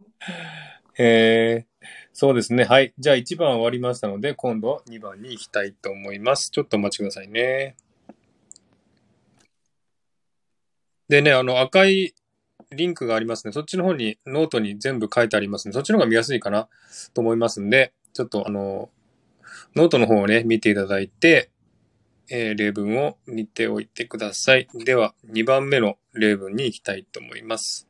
[SPEAKER 1] えー、そうですね。はい。じゃあ1番終わりましたので、今度2番に行きたいと思います。ちょっとお待ちくださいね。でね、あの赤いリンクがありますね。そっちの方にノートに全部書いてありますね。そっちの方が見やすいかなと思いますんで、ちょっとあの、ノートの方をね、見ていただいて、えー例文を見ておいてください。では、2番目の例文に行きたいと思います。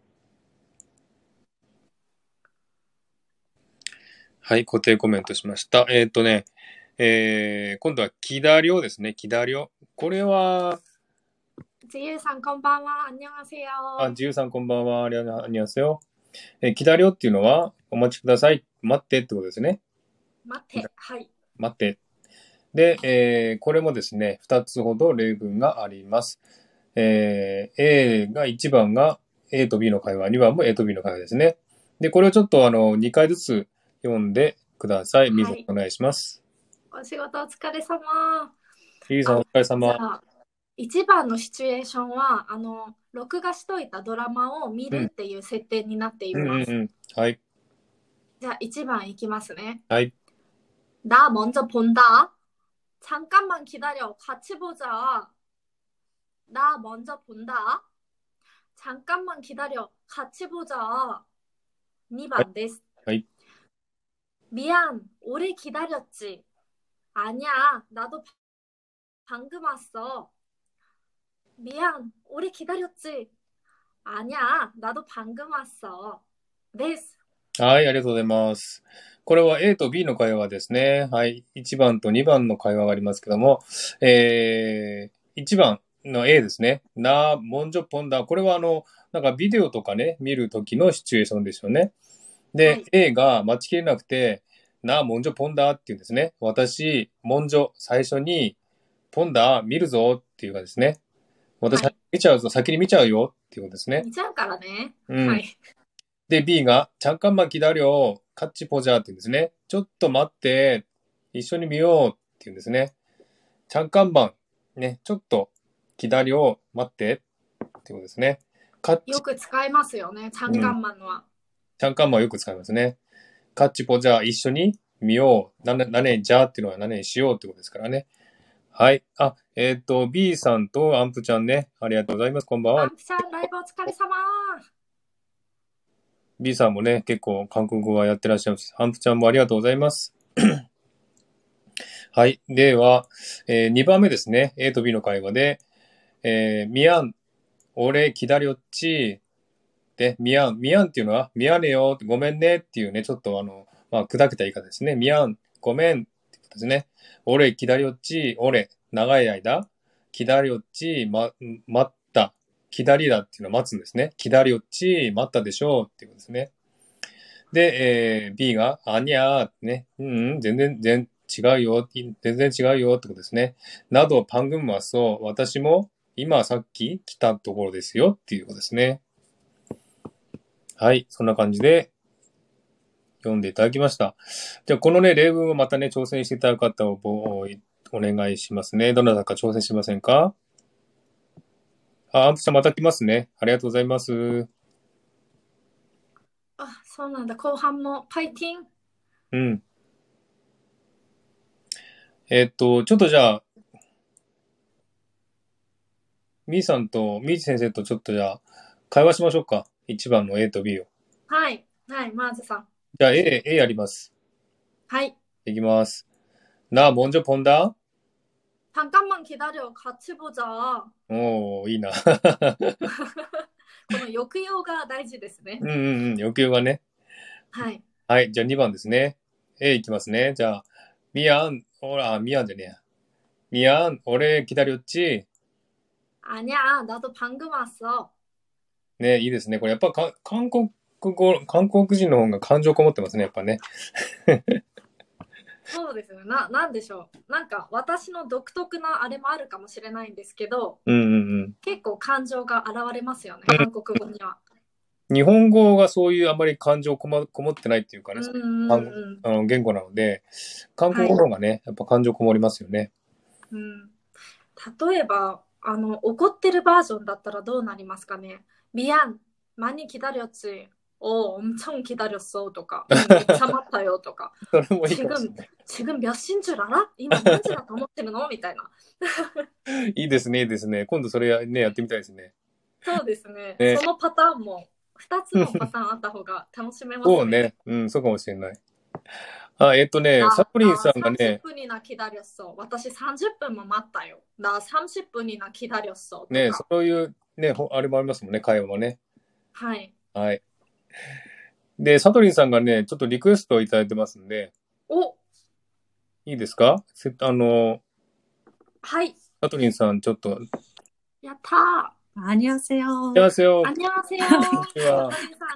[SPEAKER 1] はい、固定コメントしました。えーっ、とね、えー、今度は木だりょうですね、木だりょう。これは、
[SPEAKER 2] 自由さんこんばんは。안녕하세요。
[SPEAKER 1] あ、自由さんこんばんは、ありがとうございますよ。えー、木だりょうっていうのは、お待ちください、待ってってことですね。
[SPEAKER 2] 待って、はい。
[SPEAKER 1] 待って。で、えーこれもですね、2つほど例文があります。えー A が1番が A と B の会話、2番も A と B の会話ですね。で、これをちょっとあの、2回ずつ読んでください。みず
[SPEAKER 2] はい
[SPEAKER 1] お願いします。
[SPEAKER 2] お仕事お疲れ様。
[SPEAKER 1] リリーさんお疲れ様。
[SPEAKER 2] じゃあ一番のシチュエーションはあの録画しといたドラマを見るっていう設定になってい
[SPEAKER 1] うん
[SPEAKER 2] ま
[SPEAKER 1] うん
[SPEAKER 2] す。
[SPEAKER 1] うん。はい。
[SPEAKER 2] じゃあ1番いきますね。
[SPEAKER 1] はい
[SPEAKER 2] 나 먼저 본다. 잠깐만 기다려. 같이 보자. 나 먼저 본다. 잠깐만 기다려. 같이 보자. 2번です.
[SPEAKER 1] 아이.
[SPEAKER 2] 미안. 오래 기다렸지. 아니야. 나도 바- 방금 왔어. 미안. 오래 기다렸지. 아니야. 나도 방금 왔어.です.
[SPEAKER 1] はい、ありがとうございます。これは A と B の会話ですね。はい、1番と2番の会話がありますけども、えー、1番の A ですね。な、もんじょぽんだ。これはあの、なんかビデオとかね、見るときのシチュエーションですよね。で、
[SPEAKER 2] はい
[SPEAKER 1] A が待ちきれなくて、な、もんじょぽんだって言うんですね。私、もんじょ、最初に、ぽんだ、見るぞっていうかですね。私、
[SPEAKER 2] はい
[SPEAKER 1] 見ちゃうぞ、先に見ちゃうよっていうことですね。
[SPEAKER 2] 見ちゃうからね。
[SPEAKER 1] うん
[SPEAKER 2] はい。
[SPEAKER 1] で、B が、ちゃんかんまきだりょう、カッチポジャーって言うんですね。ちょっと待って、一緒に見ようって言うんですね。ちゃんかんばん、ね、ちょっと、きだりょう、待って、ってことですね。カッチ、
[SPEAKER 2] よく使いますよね、チャンカンマンは。
[SPEAKER 1] ちゃんかんばんよく使いますね。カッチポジャー、一緒に見よう。な、なね、じゃーっていうのはなね、しようってことですからね。はい。あ、えっ、と、B さんとアンプちゃんね、ありがとうございます。こんばん
[SPEAKER 2] ア
[SPEAKER 1] は
[SPEAKER 2] ン。プさん、ライブお疲れ様
[SPEAKER 1] B さんもね、結構韓国語はやってらっしゃいます。アンプちゃんもありがとうございます。 (clears throat) はい。では、え2番目ですね。A と B の会話で、えー、ミアン、俺、キダリオッチ、で、ミアン、ミアンっていうのは、ミアネよ、ごめんねっていうね、ちょっとあの、まあ、砕けた言い方ですね。ミアン、ごめんってことですね。俺、キダリオッチ、俺、長い間、キダリオッチ、ま、待った、キダリだっていうのは待つんですね。キダリオッチ、待ったでしょうっていうことですね。で、えー B が、あにゃーってね、うん、うん、全然、全違うよ、い全然違うよってことですね。など、パングンはそう、私も今さっき来たところですよっていうことですね。はい、そんな感じで読んでいただきました。じゃあ、このね、例文をまたね、挑戦していただく方をおお願いしますね。どなたか挑戦しませんかあ、アンプさんまた来ますね。ありがとうございます。
[SPEAKER 2] あ、そうなんだ、後半もパイティン。
[SPEAKER 1] うん。えっと、ちょっとじゃあ、みーさんと、みー先生とちょっとじゃあ、会話しましょうか。1番の A と B を。
[SPEAKER 2] はい、はい、マーズさん。
[SPEAKER 1] じゃあ A、A やります。
[SPEAKER 2] はい。
[SPEAKER 1] いきます。なあ、もんじょぽんだ
[SPEAKER 2] 잠깐만 기다려, 같이 보자.
[SPEAKER 1] おー、いいな。 (laughs)
[SPEAKER 2] この抑揚が大事ですね
[SPEAKER 1] う。んうんうん、欲求がね。
[SPEAKER 2] はい。
[SPEAKER 1] はい、じゃあ2番ですね。A いきますね。じゃあ、みやん、ほら、みやんじゃねえや。みやん、俺、기다렸지。
[SPEAKER 2] 아니야나도방금왔어
[SPEAKER 1] ね、いいですね。これやっぱか韓国語、韓国人の方が感情こもってますね、やっぱね。
[SPEAKER 2] そうですね。な、なんでしょう。なんか、私の独特なあれもあるかもしれないんですけど、
[SPEAKER 1] うんうんうん。
[SPEAKER 2] 結構感情が現れますよね、
[SPEAKER 1] うん
[SPEAKER 2] 韓国語には。
[SPEAKER 1] 日本語がそういうあまり感情こ,、ま、こもってないっていうか
[SPEAKER 2] う
[SPEAKER 1] ね、
[SPEAKER 2] ん、うん、うん。
[SPEAKER 1] あの言語なので、韓国語の方がね、やっぱ感情こもりますよね。
[SPEAKER 2] うん例えばあの怒ってるバージョンだったらどうなりますかね미안많이기다렸지어엄청기다렸어とかうんめっちゃ待ったよとか
[SPEAKER 1] それもいいかもしれない。
[SPEAKER 2] 지금몇신줄알아今何時だと思ってるのみたいな
[SPEAKER 1] いいですね、いいですね。今度それや,、ね、やってみたいですね。
[SPEAKER 2] そうですね
[SPEAKER 1] ね
[SPEAKER 2] そのパターンも2つのパターンあった方が楽しめます
[SPEAKER 1] そうね。うん、そうかもしれない。あ、えっとね
[SPEAKER 2] あ、
[SPEAKER 1] サプリンさんがね
[SPEAKER 2] あ30、分이나기다렸어私30分も待ったよ나30分이나기다렸어とか
[SPEAKER 1] ね、そういう、ね、ほあれもありますもんね、会話もね。
[SPEAKER 2] はい
[SPEAKER 1] はい。で、サトリンさんがね、ちょっとリクエストをいただいてますんで、
[SPEAKER 2] お
[SPEAKER 1] いいですかせあの、
[SPEAKER 2] はい
[SPEAKER 1] サトリンさん、ちょっと、
[SPEAKER 2] やったー
[SPEAKER 4] 안녕하세요.
[SPEAKER 1] 幸せを、
[SPEAKER 2] 안녕하세요.
[SPEAKER 1] 안녕하세요.
[SPEAKER 2] 안녕하세요.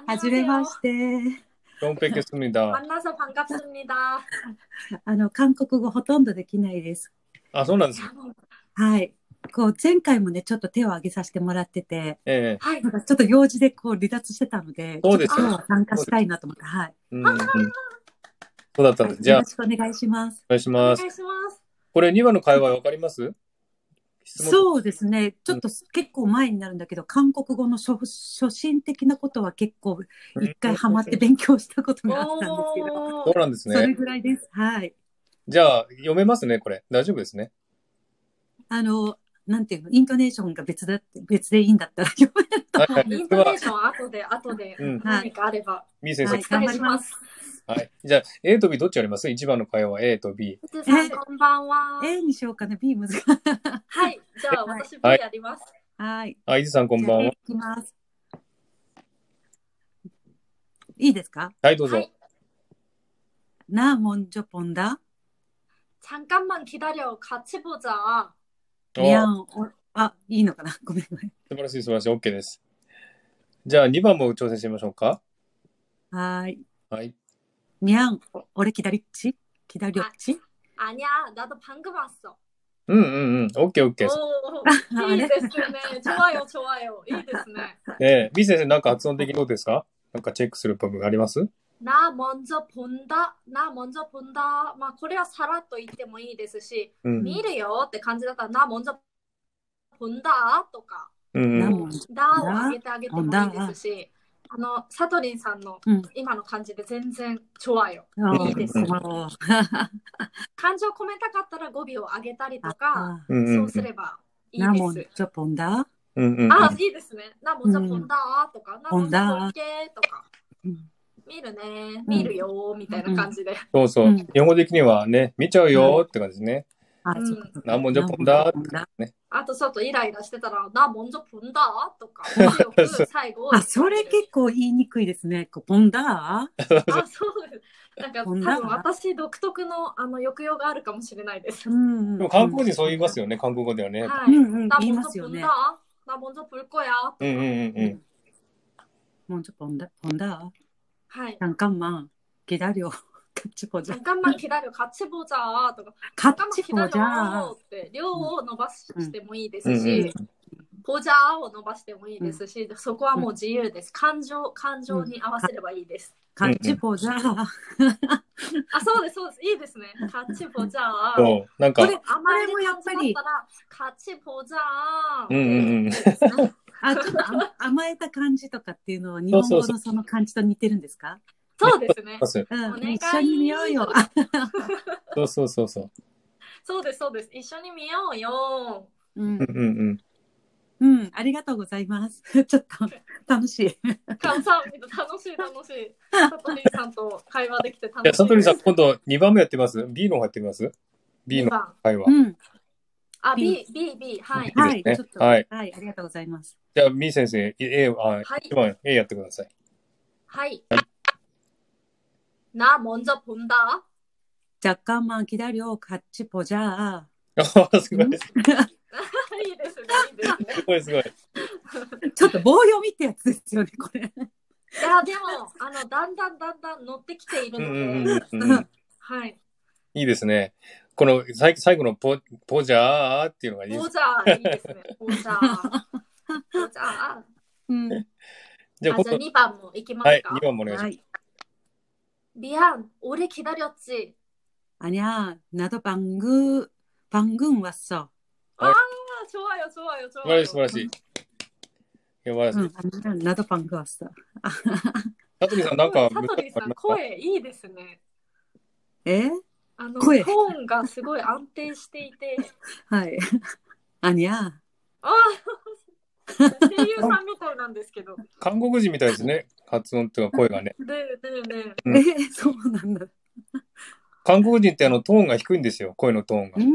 [SPEAKER 4] 하지메마시테.
[SPEAKER 1] ドンペケスミダ。
[SPEAKER 2] 만나서 반갑습니다.
[SPEAKER 4] あの、韓国語ほとんどできないです。
[SPEAKER 1] あ、そうなんです。
[SPEAKER 4] はい。こう、前回もね、ちょっと手を挙げさせてもらってて、
[SPEAKER 1] え
[SPEAKER 2] 아, 하이.
[SPEAKER 4] なんかちょっと行事でこう離脱してたので、
[SPEAKER 1] そうです
[SPEAKER 2] よ
[SPEAKER 4] ちょっと今日は参加したいなと思って、はい。
[SPEAKER 1] えうん、うん。そうだったんです。じゃあ、お
[SPEAKER 4] よ
[SPEAKER 2] 아,
[SPEAKER 4] ろしくお願いします。
[SPEAKER 1] 願いし
[SPEAKER 2] お願
[SPEAKER 1] ま
[SPEAKER 2] いし
[SPEAKER 1] す。
[SPEAKER 2] ます。
[SPEAKER 1] これ、2話の会話わかります質問
[SPEAKER 4] そうですね。ちょっとす結構前になるんだけど、韓国語の初初心的なことは結構一回ハマって勉強したことがあったんですけど、
[SPEAKER 1] そ
[SPEAKER 2] おー
[SPEAKER 1] うなんです
[SPEAKER 4] それ
[SPEAKER 1] ね。
[SPEAKER 4] ぐらいです。はい。
[SPEAKER 1] じゃあ、読めますね、これ。大丈夫ですね。
[SPEAKER 4] あの、なんていうの、イントネーションが別だって、別でいいんだったら読めると
[SPEAKER 1] はい、はい。
[SPEAKER 2] イン
[SPEAKER 1] で
[SPEAKER 2] トネ
[SPEAKER 1] は
[SPEAKER 2] ー、ションは後で、後で
[SPEAKER 1] うん、
[SPEAKER 2] 何かあれば
[SPEAKER 1] みー先
[SPEAKER 2] お
[SPEAKER 1] 生、
[SPEAKER 4] はい
[SPEAKER 2] 伝えします。
[SPEAKER 1] はい。じゃあ、A と B どっちやります ?1 番の会話 A と B。
[SPEAKER 2] みつさん、こんば
[SPEAKER 1] (laughs)
[SPEAKER 2] んは。
[SPEAKER 4] A にしようかな、B 難しい。
[SPEAKER 2] はい、じゃあ
[SPEAKER 4] はい
[SPEAKER 2] 私 B やります。
[SPEAKER 4] はい。
[SPEAKER 1] あ、伊豆さんこんばんは
[SPEAKER 4] じゃあ A。いきます。いいですか
[SPEAKER 1] はい、どう
[SPEAKER 2] は
[SPEAKER 1] ぞ
[SPEAKER 2] い。。
[SPEAKER 4] なあ、もんじょぽんだ。
[SPEAKER 2] 잠깐만 기다려. 같이 보자.
[SPEAKER 1] お
[SPEAKER 4] みやん、おあ、いいのかなごめんごめん。
[SPEAKER 1] 素晴らしい、素晴らしい。OK です。じゃあ、2番も挑戦してみましょうか。
[SPEAKER 4] はーい。
[SPEAKER 1] はい。
[SPEAKER 4] みやん、お俺、きだりっちきだりょっち
[SPEAKER 2] 아니야, 나도 방금 왔어.
[SPEAKER 1] うんうんうん。OK、OK。
[SPEAKER 2] 오, 이 데스네. 좋아요, 좋아요. 이 데스네.
[SPEAKER 1] ええ、B 先生、なんか発音的にどうですかなんかチェックする部分あります
[SPEAKER 2] 나 먼저 본다. 나 먼저 본다. 막 코리아 살아 또 이때 뭐 이 데스시
[SPEAKER 1] うん。
[SPEAKER 2] 미래요. 때 간지다다. 나 먼저 본다. 또까.
[SPEAKER 1] うんう。
[SPEAKER 4] なんもんじょ
[SPEAKER 2] 나
[SPEAKER 4] 나?
[SPEAKER 2] 아게테 아게테 뭐
[SPEAKER 4] 어,
[SPEAKER 2] 이
[SPEAKER 4] 나.
[SPEAKER 2] 데스시. あの、サトリンさんの
[SPEAKER 4] うん
[SPEAKER 2] 今の感じで全然좋아요。
[SPEAKER 4] あ
[SPEAKER 1] い
[SPEAKER 4] ー
[SPEAKER 1] いです
[SPEAKER 2] ね
[SPEAKER 4] おー
[SPEAKER 2] 感情込めたかったら語尾を上げたりとか、
[SPEAKER 4] あー
[SPEAKER 1] うんう
[SPEAKER 2] そ
[SPEAKER 1] ん
[SPEAKER 2] うすればいい
[SPEAKER 4] なあ、もん
[SPEAKER 2] です。
[SPEAKER 4] じょぽんだ。
[SPEAKER 1] うんうんうん。
[SPEAKER 2] あ、いいですね。なもじゃ
[SPEAKER 4] うん
[SPEAKER 2] ポンダーとか、な
[SPEAKER 4] ポ
[SPEAKER 2] も
[SPEAKER 4] ン
[SPEAKER 2] じ
[SPEAKER 4] ダー
[SPEAKER 2] ゃポンケーとか、
[SPEAKER 4] うん。
[SPEAKER 2] 見るね、見るよーみたいな感じで。
[SPEAKER 1] そうそううん日本語的にはね、見ちゃうよーって感じですね。
[SPEAKER 4] あ
[SPEAKER 2] う、ん
[SPEAKER 4] そうかそうか。
[SPEAKER 1] なあもんじょぽんだ
[SPEAKER 4] なあもんじょぽんだ
[SPEAKER 1] ね。
[SPEAKER 2] あとちょっとイライラしてたら、なもんじゃポンダーとか、強く最後を
[SPEAKER 4] あ、それ結構言いにくいですね。こうぽんだ
[SPEAKER 2] あ、そうです。なんか多
[SPEAKER 4] ポンダー
[SPEAKER 2] 分私独特のあの抑揚があるかもしれないです。
[SPEAKER 4] うんうん。
[SPEAKER 1] でも韓国人そう言いますよね、韓国語ではね。
[SPEAKER 2] は
[SPEAKER 4] う
[SPEAKER 2] い。
[SPEAKER 4] んうん
[SPEAKER 2] な、
[SPEAKER 4] 言い
[SPEAKER 2] もん
[SPEAKER 4] ま
[SPEAKER 2] じゃ
[SPEAKER 4] すよ
[SPEAKER 2] ポン
[SPEAKER 4] ね
[SPEAKER 2] ダー。なもんじゃポルコや
[SPEAKER 1] うんうんうんうん。
[SPEAKER 4] もんじょぽんだ、ぽんだ、
[SPEAKER 2] はい。
[SPEAKER 4] なんかんまん、げだりょう、かっちぼじゃ
[SPEAKER 2] 잠깐만기다려、같이 보자とか、
[SPEAKER 4] かっ
[SPEAKER 2] 잠깐만
[SPEAKER 4] ちぼじゃ
[SPEAKER 2] 기、って量を伸ばしてもいいで
[SPEAKER 1] うんう
[SPEAKER 2] す
[SPEAKER 1] ん
[SPEAKER 2] し、ポジャーを伸ばしてもいいですし、そこはもう自由です。感情、感情に合わせればいいです。
[SPEAKER 4] かっちぼじゃ、
[SPEAKER 2] あ、そうです、そうです。いいですね。カッチポジャー。
[SPEAKER 1] そう。なん
[SPEAKER 4] こ
[SPEAKER 1] か、
[SPEAKER 4] れ、
[SPEAKER 2] あまりやっぱり。カッチポジャ
[SPEAKER 1] うん
[SPEAKER 2] ー。
[SPEAKER 1] うんうん。
[SPEAKER 4] あ、ちょっと甘甘えた感じとかっていうのは、日本
[SPEAKER 1] そう
[SPEAKER 4] 語
[SPEAKER 1] そう
[SPEAKER 4] のその感じと似てるんですか
[SPEAKER 2] そうですね
[SPEAKER 1] ま。す
[SPEAKER 4] う
[SPEAKER 2] お
[SPEAKER 4] ん、
[SPEAKER 2] 願い
[SPEAKER 4] 一緒に見ようよ。あ
[SPEAKER 1] そうそうそうそう。
[SPEAKER 2] そうです、そうです。一緒に見ようよ。
[SPEAKER 4] う、
[SPEAKER 1] うんんうんうん。
[SPEAKER 4] うん、ありがとうございます。 (laughs) ちょっと楽しい。
[SPEAKER 2] 感謝楽しい、楽しい。サトリンさんと会話できて楽しい
[SPEAKER 1] じゃ
[SPEAKER 2] で
[SPEAKER 1] あ、
[SPEAKER 2] す。
[SPEAKER 1] サトリさん、今度2番目やってみます ?B の方やってみます ?B の
[SPEAKER 2] 二番
[SPEAKER 1] 会話。
[SPEAKER 4] うん、
[SPEAKER 2] あ、B、B、B、はい。
[SPEAKER 4] はい
[SPEAKER 1] い
[SPEAKER 4] い、
[SPEAKER 1] ですね
[SPEAKER 4] ちょっと、
[SPEAKER 1] は
[SPEAKER 4] はいい、ありがとうございます。
[SPEAKER 1] じゃあ、みー先生、A、あ、
[SPEAKER 2] はい
[SPEAKER 1] 1番 A やってください。
[SPEAKER 2] 하이. 나 먼저 본다.
[SPEAKER 4] 若干まん、きだりょう、かっちぼじゃ。
[SPEAKER 1] あーすごい、す
[SPEAKER 2] 하이 됐어, 하이 됐어.
[SPEAKER 1] ごい、すごい。
[SPEAKER 4] ちょっと棒読みってやつですよね、これ。
[SPEAKER 2] 야, 데모, 아노, 단단, 단단, 노때 기대
[SPEAKER 1] うんうん
[SPEAKER 2] 이러는데.
[SPEAKER 1] うんうんうん。
[SPEAKER 2] 하이.
[SPEAKER 1] いいですね。この、最最後のポ、ポジャーっていうのがいいです。
[SPEAKER 2] 보자, 이 됐으네. 보자. 보자. 아,
[SPEAKER 4] うん、
[SPEAKER 1] じゃあ、今
[SPEAKER 2] 자,
[SPEAKER 1] 度、
[SPEAKER 2] 2번 뭐, 이렇게
[SPEAKER 1] はい、
[SPEAKER 2] 말까?
[SPEAKER 1] 2番もお願いし
[SPEAKER 4] は
[SPEAKER 1] ま
[SPEAKER 4] い。
[SPEAKER 2] 미안, 오래 기다렸지.
[SPEAKER 4] 아니야, 나도 방금 방금 왔어.
[SPEAKER 2] 아, 좋아요, 좋아요,
[SPEAKER 1] す。素晴ら
[SPEAKER 2] 좋아요.
[SPEAKER 1] しい、素晴らしい。いや、素晴らしい。
[SPEAKER 4] 응, 아니야, 나도 방금 왔어.
[SPEAKER 1] サトリさん、なんか、難しいことあり
[SPEAKER 2] 사토리 상,
[SPEAKER 1] ますか
[SPEAKER 2] 코에 이 됐으네.
[SPEAKER 4] 에?
[SPEAKER 2] 아, 토
[SPEAKER 4] 코에.
[SPEAKER 2] 톤가 すごい 안定していて.
[SPEAKER 4] 하이. 아니야. (laughs)
[SPEAKER 2] 아, 声優さんみたいなんですけど.
[SPEAKER 1] 韓国人みたいですね。発音というか、声がね。
[SPEAKER 2] ねえねえねえ。
[SPEAKER 1] 응.
[SPEAKER 4] 에, 소문난다.
[SPEAKER 1] 韓国人って、あの、トーンが低いんですよ。声のトーンが。
[SPEAKER 4] 음,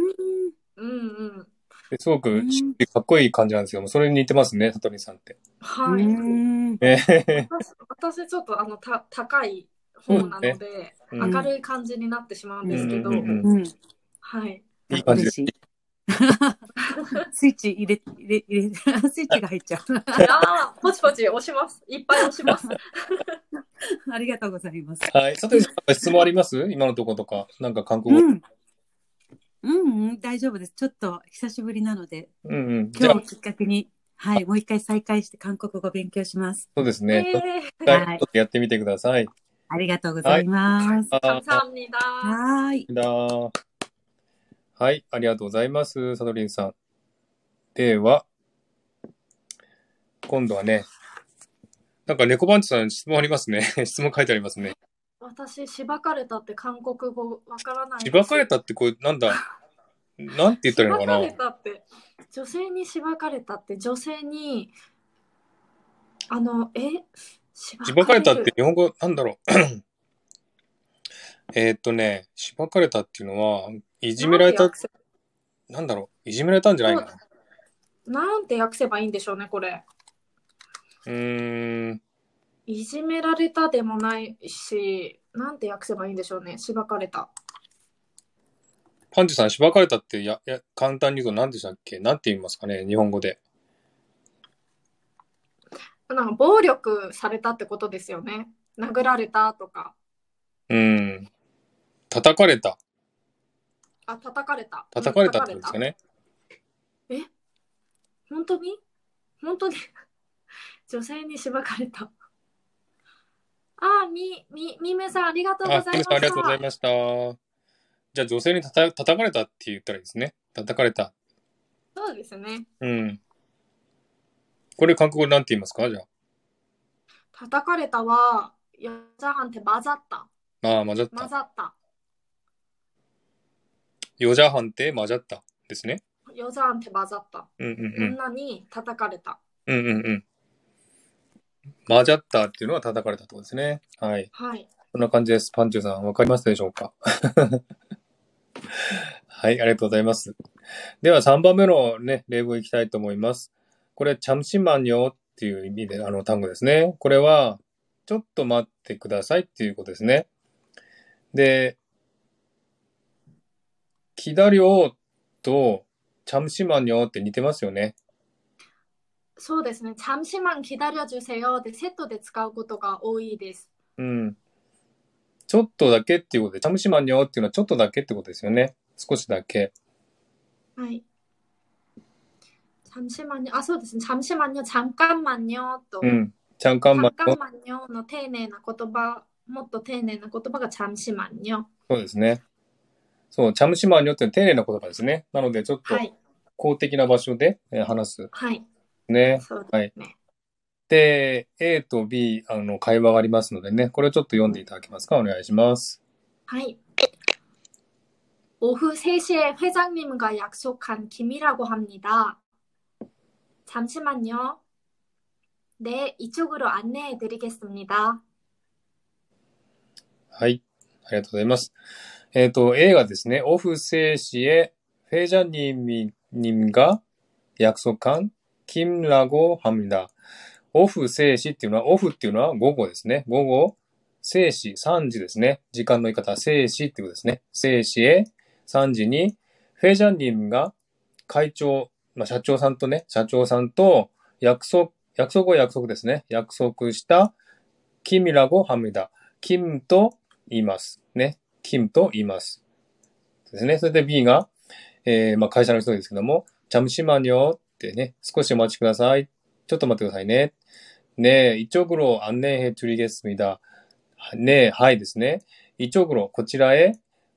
[SPEAKER 2] うんうん。
[SPEAKER 1] ですごく、しっくりかっこいい感じなんですけども、それに似てますね、サトリさん (laughs) って。
[SPEAKER 2] はい。
[SPEAKER 4] 음,
[SPEAKER 1] ええ
[SPEAKER 2] 私私ちょっとあのた高い方なので、
[SPEAKER 1] うん
[SPEAKER 2] 明るい感じになってしまうんですけど、
[SPEAKER 1] うんうんうんうん
[SPEAKER 4] 음.
[SPEAKER 2] はい。
[SPEAKER 1] いい感じです。
[SPEAKER 4] 그렇지. 스위치 이래 이래 이래 스위치가 있죠.
[SPEAKER 2] ああ、ポチポチ押します。いっぱい押します。
[SPEAKER 4] ありがとうございます.
[SPEAKER 1] はい。サトリさん、なんか質問あります今のとことか。なんか、韓国語。
[SPEAKER 4] 음. 음, 음, 大丈夫です.ちょっと久しぶりなので,
[SPEAKER 1] うんうん。じゃあ、
[SPEAKER 4] 今日をきっかけに、はい、もう一回再開して韓国語勉強します.
[SPEAKER 1] そうです
[SPEAKER 2] え
[SPEAKER 1] ね。ちょっ
[SPEAKER 2] え
[SPEAKER 1] と一
[SPEAKER 4] は
[SPEAKER 1] 回
[SPEAKER 4] い
[SPEAKER 1] ちょっとやってみてください。
[SPEAKER 4] ありがとうございます.
[SPEAKER 1] あ
[SPEAKER 2] ー、
[SPEAKER 1] ー
[SPEAKER 2] さんにだ。
[SPEAKER 4] はい。
[SPEAKER 1] だーはい、ありがとうございます、サドリンさん。では、今度はね、なんか猫番地さん質問ありますね。 (laughs) 質問書いてありますね。
[SPEAKER 2] 私、しばかれたって韓国語わからないです。
[SPEAKER 1] しばかれたってこう、なんだ、なんて言ったらいいのか
[SPEAKER 2] しばかれ
[SPEAKER 1] な
[SPEAKER 2] たって、女性にしばかれたって、女性に、あの、えしば
[SPEAKER 1] しばかれたっ
[SPEAKER 2] る
[SPEAKER 1] て日本語なんだろう (clears throat) えーっとね、しばかれたっていうのは、いじめられた、なんだろう、いじめられたんじゃないかな。
[SPEAKER 2] なんて訳せばいいんでしょうね、これ。
[SPEAKER 1] うーん、
[SPEAKER 2] いじめられたでもないし、なんて訳せばいいんでしょうね、しばかれた。
[SPEAKER 1] パンチさん、しばかれたってやや簡単に言うと何でしたっけなんて言いますかね日本語で。
[SPEAKER 2] なんか暴力されたってことですよね。殴られたとか、
[SPEAKER 1] うーん、叩かれた。
[SPEAKER 2] あ、叩かれた。
[SPEAKER 1] 叩かれたってことですか
[SPEAKER 2] ね。
[SPEAKER 1] ね。
[SPEAKER 2] 本当に本当に (laughs) 女性にしばかれた。あー、み、み、みめさん、ありがとうござ
[SPEAKER 1] あ、
[SPEAKER 2] いま
[SPEAKER 1] キムさん
[SPEAKER 2] した。
[SPEAKER 1] ありがとうございました。じゃあ女性にたた叩かれたって言ったらいいですね。叩かれた。
[SPEAKER 2] そうですね。
[SPEAKER 1] うん。これ韓国語なんて言いますかじゃ
[SPEAKER 2] 叩かれたは、やじゃはんって混ざった。
[SPEAKER 1] あ。ああ、混ざっ
[SPEAKER 2] 混
[SPEAKER 1] た。
[SPEAKER 2] ざった。
[SPEAKER 1] ヨジャハンって混ざった。ですね。
[SPEAKER 2] よじゃはんって混ざった。
[SPEAKER 1] うんうんうん。
[SPEAKER 2] 女に叩かれた。
[SPEAKER 1] うんうんうん。混ざったっていうのは叩かれたってことですね。はい。
[SPEAKER 2] はい。
[SPEAKER 1] こんな感じです。パンチュさん、わかりましたでしょうか (laughs) はい、ありがとうございます。では、3番目のね、例文いきたいと思います。これ、チャムシマニョっていう意味で、あの、単語ですね。これは、ちょっと待ってくださいっていうことですね。で、キダリョと、チャムシマニョって似てますよね。
[SPEAKER 2] そうですね。잠시만기다려주세요でセットで使うことが多いです。
[SPEAKER 1] うん。ちょっとだけっていうことで、チャムシマニョっていうのはちょっとだけってことですよね。少しだけ。
[SPEAKER 2] はい。잠시만요あ、そうですね。잠시만요잠깐만요と、
[SPEAKER 1] うん。ちゃんかんま
[SPEAKER 2] 잠
[SPEAKER 1] ん
[SPEAKER 2] 깐만요の丁寧な言葉、もっと丁寧な言葉が잠시만요。
[SPEAKER 1] そうですね。そう、チャムシマンニョっていうのは丁寧な言葉ですね。なので、ちょっと
[SPEAKER 2] はい。
[SPEAKER 1] 公的な場所でえー話す
[SPEAKER 2] はい。
[SPEAKER 1] ね。
[SPEAKER 2] そう
[SPEAKER 1] はい
[SPEAKER 2] ですね。
[SPEAKER 1] で、A と B、あの、会話がありますのでね、これをちょっと読んでいただけますかお願いします。
[SPEAKER 2] はい。오후3시에회장님과약속한김이라고합니다。잠시만요。 네, 이쪽으로 안내해 드리겠습니다.
[SPEAKER 1] はい。ありがとうございます。えっ、と、A がですね、オフ生死へ、フェジャニミニムが約束感、キムラゴハミダ。オフ生死っていうのは、オフっていうのは午後ですね。午後、生死、3時ですね。時間の言い方、生死っていうことですね。生死へ、3時に、フェジャニムが会長、まあ、社長さんとね、社長さんと約束、約束は約束ですね。約束した、キミラゴハミダ。キムと言います。ね。キムと言います。ですね。それで B が、えー、まあ会社の人ですけども、チャムシマニョってね、少しお待ちください。ちょっと待ってくださいね。ねえ、一応黒を안내해드리겠습니다。ねえ、はいですね。一応黒、こちらへ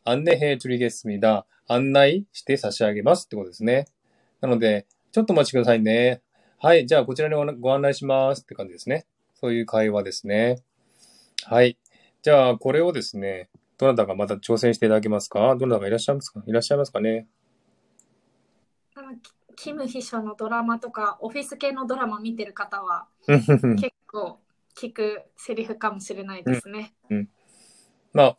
[SPEAKER 1] 안내해드리겠습니다。案内して差し上げますってことですね。なので、ちょっとお待ちくださいね。はい、じゃあこちらにごご案内しますって感じですね。そういう会話ですね。はい。じゃあ、これをですね、どなたかまた挑戦していただけますかどなたかいらっしゃいますかいらっしゃいますかね (laughs)
[SPEAKER 2] あキキム秘書のドラマとかオフィス系のドラマ見てる方は
[SPEAKER 1] うんうんうん
[SPEAKER 2] 結構聞くセリフかもしれないですね。
[SPEAKER 1] まあ、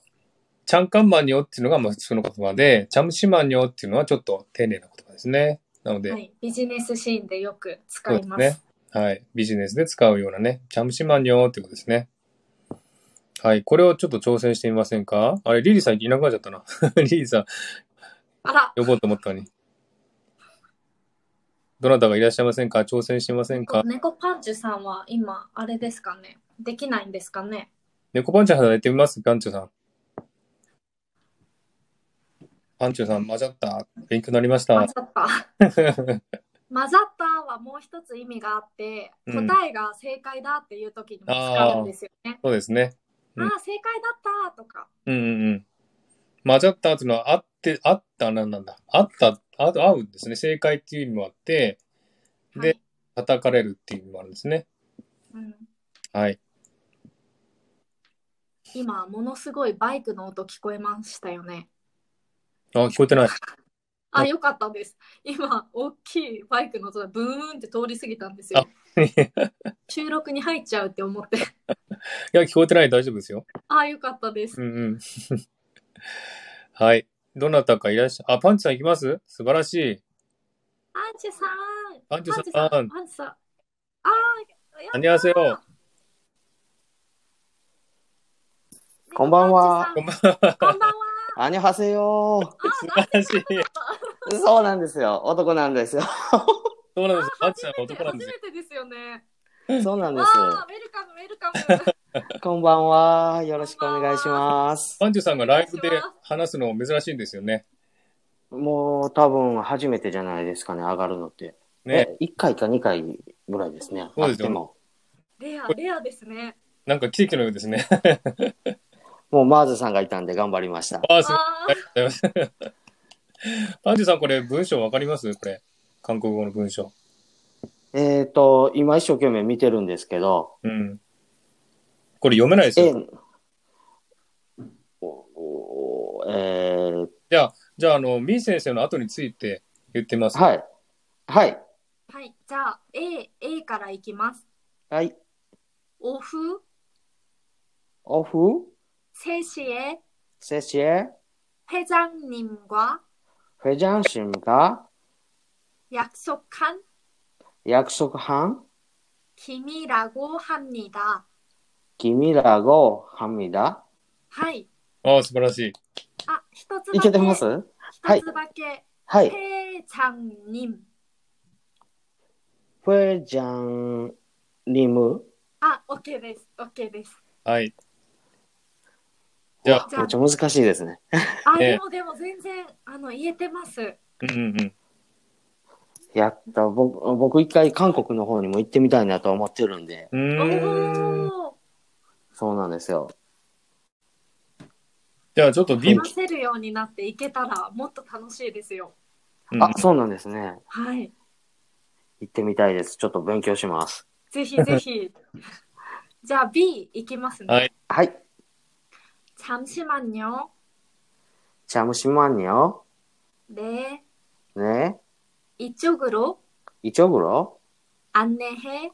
[SPEAKER 1] チャンカンマニョっていうのがまあ普通の言葉で、チャムシマニョっていうのはちょっと丁寧な言葉ですね。なので、
[SPEAKER 2] は
[SPEAKER 1] はい、
[SPEAKER 2] い、ビジネスシーンでよく使います。
[SPEAKER 1] そうですビジネスで使うようなね、チャムシマニョっていうことですね。はい、これをちょっと挑戦してみませんかあれ、リリーさんいなくなっちゃったな。 (laughs) リリーさん、
[SPEAKER 2] あら、
[SPEAKER 1] 呼ぼうと思ったのに。どなたがいらっしゃいませんか挑戦してみませんか
[SPEAKER 2] 猫パンチュさんは今あれですかねできないんですかね
[SPEAKER 1] 猫パンチャーさんやってみますパンチョさん。パンチョさん、混ざった。勉強になりまし (laughs)
[SPEAKER 2] 混
[SPEAKER 1] た。
[SPEAKER 2] ざった。 (laughs) 混ざったはもう一つ意味があって、
[SPEAKER 1] うん
[SPEAKER 2] 答えが正解だっていう時にも使うんですよね。
[SPEAKER 1] そうですね。
[SPEAKER 2] あ
[SPEAKER 1] ーうん
[SPEAKER 2] あ、正解だったとか。
[SPEAKER 1] うんうんうん。混ざったっていうのは、あって、あった、なんなんだ。あった、あ合うですね。正解っていう意味もあって、
[SPEAKER 2] はい
[SPEAKER 1] で、叩かれるっていうのもあるんですね。
[SPEAKER 2] うん、
[SPEAKER 1] はい。
[SPEAKER 2] 今、ものすごいバイクの音聞こえましたよね。
[SPEAKER 1] あ、聞こえてない。 (laughs)
[SPEAKER 2] あ、
[SPEAKER 1] は
[SPEAKER 2] よかったです。今、大きいバイクの音がブーンって通り過ぎたんですよ。収録に入っちゃうって思って。 (laughs)
[SPEAKER 1] いや、聞こえてない。大丈夫ですよ。
[SPEAKER 2] あ、よかったです
[SPEAKER 1] う。ん (laughs) うん。はい。どなたかいらっしゃ、あ、パンチさん行きます素晴らしい。
[SPEAKER 2] パンチさん。
[SPEAKER 1] パンチさん
[SPEAKER 2] パンチさん。あー、やった
[SPEAKER 1] 안녕하세
[SPEAKER 2] (laughs)
[SPEAKER 1] 요 。
[SPEAKER 5] こんばんは
[SPEAKER 2] パンチさんこんばんは。
[SPEAKER 5] アニョハセヨ
[SPEAKER 1] 素晴らしい。
[SPEAKER 5] ーそうなんですよ。男なんですよ。
[SPEAKER 1] そうなんです。パンチ
[SPEAKER 2] 初
[SPEAKER 1] さんは
[SPEAKER 2] めて
[SPEAKER 1] 男なんで
[SPEAKER 2] 初
[SPEAKER 1] すよ。
[SPEAKER 2] めてですよね。
[SPEAKER 5] そうなんで
[SPEAKER 2] わ
[SPEAKER 5] す。
[SPEAKER 2] あ、ウェルカム、ウェルカム。 (laughs)
[SPEAKER 5] こんばんは。よろしくお願いします。
[SPEAKER 1] パンチさんがライブで話すの珍しいんですよね。
[SPEAKER 5] もう多分初めてじゃないですかね、上がるのって。
[SPEAKER 1] ね。
[SPEAKER 5] え、1回か2回ぐらいですね。
[SPEAKER 1] そうですよ
[SPEAKER 5] あっても。
[SPEAKER 2] レア、レアですね。
[SPEAKER 1] なんか奇跡のようです
[SPEAKER 2] (laughs)
[SPEAKER 1] ね。
[SPEAKER 5] もうマーズさんがいたんで頑張りました。
[SPEAKER 1] あー、す
[SPEAKER 2] あ
[SPEAKER 1] ありがとうございます。パンチさん、これ文章わかりますこれ。韓国語の文章。
[SPEAKER 5] えっ、ー、と、今一生懸命見てるんですけど、
[SPEAKER 1] うん。これ読めないです
[SPEAKER 5] え
[SPEAKER 1] よ。、
[SPEAKER 5] おおえー、
[SPEAKER 1] じゃあ、じゃあ、あの、ミー先生の後について言ってます。
[SPEAKER 5] はい。はい。
[SPEAKER 2] ーはい、じゃあ、A、A からいきます。
[SPEAKER 5] はい。
[SPEAKER 2] オフ、
[SPEAKER 5] オフ、
[SPEAKER 2] セシエ、
[SPEAKER 5] セシエ、
[SPEAKER 2] 회장님과
[SPEAKER 5] フェジャンシムが
[SPEAKER 2] 약속한
[SPEAKER 5] 約束犯、
[SPEAKER 2] 김이라고합니다
[SPEAKER 5] 君らご、はみだ。
[SPEAKER 2] はい。
[SPEAKER 1] ああ、素晴らしい。
[SPEAKER 2] あ、一つだ
[SPEAKER 5] いけ
[SPEAKER 2] け。
[SPEAKER 5] てます
[SPEAKER 2] 一つだけ。
[SPEAKER 5] はい。
[SPEAKER 2] 회장님。
[SPEAKER 5] フェジャン、リム。
[SPEAKER 2] あ、オッケーです。オッケーです。
[SPEAKER 1] はい。じゃあ、
[SPEAKER 2] じゃ
[SPEAKER 5] め
[SPEAKER 2] あ
[SPEAKER 5] っちゃ難しいですね。
[SPEAKER 2] あ、
[SPEAKER 1] ね
[SPEAKER 2] でもでも全然、あの、言えてます。
[SPEAKER 1] うんうんうん。
[SPEAKER 5] やった。僕、僕一回韓国の方にも行ってみたいなと思ってるんで。
[SPEAKER 1] う
[SPEAKER 2] お
[SPEAKER 1] ーん。
[SPEAKER 2] お
[SPEAKER 5] そうなんですよ。
[SPEAKER 1] じゃあ、ちょっと B
[SPEAKER 2] ー、、話せるようになっていけたら、もっと楽しいですよ。
[SPEAKER 1] うん
[SPEAKER 5] あ、そうなんですね。
[SPEAKER 2] はい。
[SPEAKER 5] 行ってみたいです。ちょっと勉強します。
[SPEAKER 2] ぜひ
[SPEAKER 1] (laughs)
[SPEAKER 2] ぜひ。じゃあ B いきますね。
[SPEAKER 1] はい
[SPEAKER 5] はい。
[SPEAKER 2] 잠시만요。
[SPEAKER 5] チャムシマンニョ。
[SPEAKER 2] ね
[SPEAKER 5] ね。
[SPEAKER 2] 이쪽으로
[SPEAKER 5] イチョグロ。
[SPEAKER 2] 안내해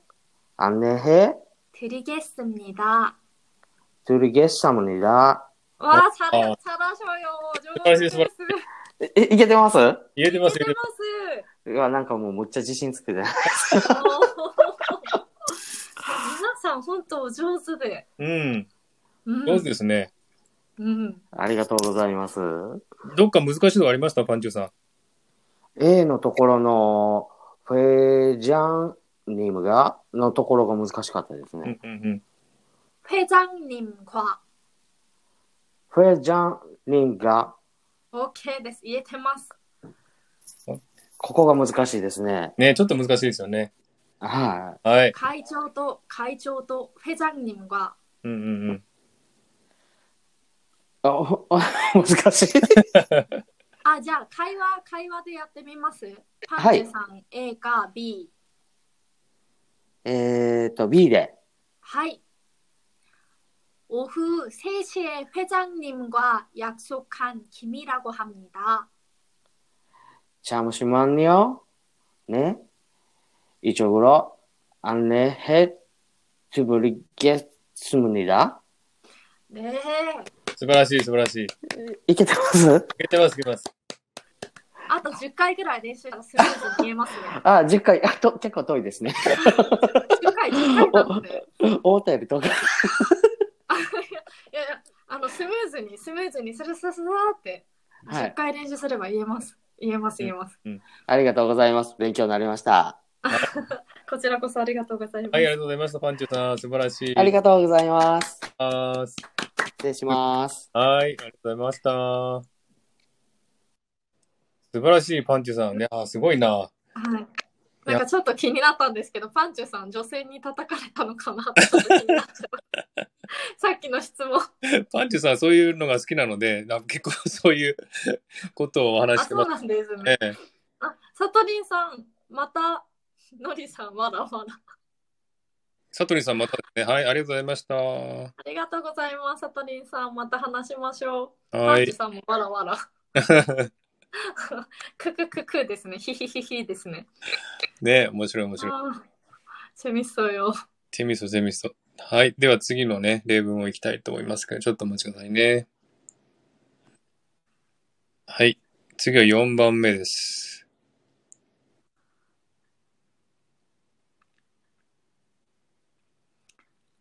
[SPEAKER 5] アンネヘ。
[SPEAKER 2] 드리겠습니다。
[SPEAKER 5] トゥルゲッサムニダ。
[SPEAKER 2] わあ、さら、
[SPEAKER 1] あ
[SPEAKER 2] さらしょよ。
[SPEAKER 1] 晴
[SPEAKER 2] 上
[SPEAKER 1] ら
[SPEAKER 2] 手
[SPEAKER 1] しい
[SPEAKER 2] です。
[SPEAKER 1] 素晴ら
[SPEAKER 5] え、えいけてます
[SPEAKER 1] 言えてます、言えて
[SPEAKER 5] うわ、なんかもうむっちゃ自信つくね。
[SPEAKER 2] (laughs) いけてますおー皆さん、本当お上手で。
[SPEAKER 1] ます。うん。
[SPEAKER 2] うん
[SPEAKER 1] 上手ですね。
[SPEAKER 2] うん。
[SPEAKER 5] ありがとうございます。
[SPEAKER 1] どっか難しいとこありましたパンチューさ
[SPEAKER 5] A のところの、フェジャンニムが、のところが難しかったです
[SPEAKER 1] ん。う
[SPEAKER 5] ね。
[SPEAKER 1] んうんうん。
[SPEAKER 2] 회장님과。
[SPEAKER 5] フェジャンニムが、
[SPEAKER 2] OK です。言えてます。
[SPEAKER 5] ここが難しいですね。
[SPEAKER 1] ね、ちょっと難しいですよね。
[SPEAKER 5] は
[SPEAKER 1] はい。
[SPEAKER 2] 会長と、会長と、회장님が。
[SPEAKER 1] うんうんうん。
[SPEAKER 5] い。あ、ほ (laughs) 難しい。
[SPEAKER 1] (laughs)
[SPEAKER 2] あ、じゃあ、会話、会話でやってみます。パンチェさん、A か B。
[SPEAKER 5] えっと、B で。
[SPEAKER 2] 하이. 오후 3시에 회장님과 약속한 김이라고 합니다.
[SPEAKER 5] 잠시만요ね。이쪽으로안내해드리겠습니다
[SPEAKER 2] 네.
[SPEAKER 1] 素晴らしい、素晴らしい。い
[SPEAKER 5] いけてます
[SPEAKER 1] けてます、いけてます。
[SPEAKER 2] 아또 10回ぐらい練習したら 스무즈 見えますね.
[SPEAKER 5] あ、10回、あと、結構遠いで
[SPEAKER 1] (laughs)
[SPEAKER 5] すね。
[SPEAKER 2] 10回10回
[SPEAKER 5] (laughs)
[SPEAKER 2] 나오는데.
[SPEAKER 5] 思ったより遠かった
[SPEAKER 2] 야야. 아노 스무즈니 스무즈니 스르스스스하테
[SPEAKER 5] はい。
[SPEAKER 2] 10回練習すれば言えます.言えま
[SPEAKER 1] う
[SPEAKER 2] す.
[SPEAKER 1] ん。
[SPEAKER 2] 言えます.
[SPEAKER 5] ありがとうございます。勉強になりました。
[SPEAKER 2] こちらこそありがとうございます.
[SPEAKER 1] はい、ありがとうございました、パンチューさん。素晴らしい。
[SPEAKER 5] ありがとうございます。
[SPEAKER 1] とうございます。
[SPEAKER 5] 失礼します。
[SPEAKER 1] はい、ありがとうございました。素晴らしい、パンチューさんね。あー、すごいな。
[SPEAKER 2] はい。なんかちょっと気になったんですけど、パンチュさん、女性に叩かれたのかなってちょっと気に (laughs) なっちゃった。さっきの質問。
[SPEAKER 1] パンチューさん、そういうのが好きなので、なんか結構 (laughs) そういうことをお話し
[SPEAKER 2] あ、
[SPEAKER 1] て
[SPEAKER 2] そ
[SPEAKER 1] ま
[SPEAKER 2] う
[SPEAKER 1] す
[SPEAKER 2] なんですね。
[SPEAKER 1] ね。
[SPEAKER 2] あ、サトリンさん、またのりさん、わらわら。
[SPEAKER 1] サトリンさんまたですね。はい、ありがとうございました。
[SPEAKER 2] (laughs) ありがとうございます。さとりんさん、また話しましょう。
[SPEAKER 1] は
[SPEAKER 2] パンチ
[SPEAKER 1] い。
[SPEAKER 2] さんもわらわら。くくくくですね。ひひひひですね。
[SPEAKER 1] (laughs) ね面白い面白い。
[SPEAKER 2] あーセミソよ。
[SPEAKER 1] テミソ、テミソ。はい。では次のね、例文をいきたいと思いますから、ちょっとお待ちくださいね。はい。次は4番目です。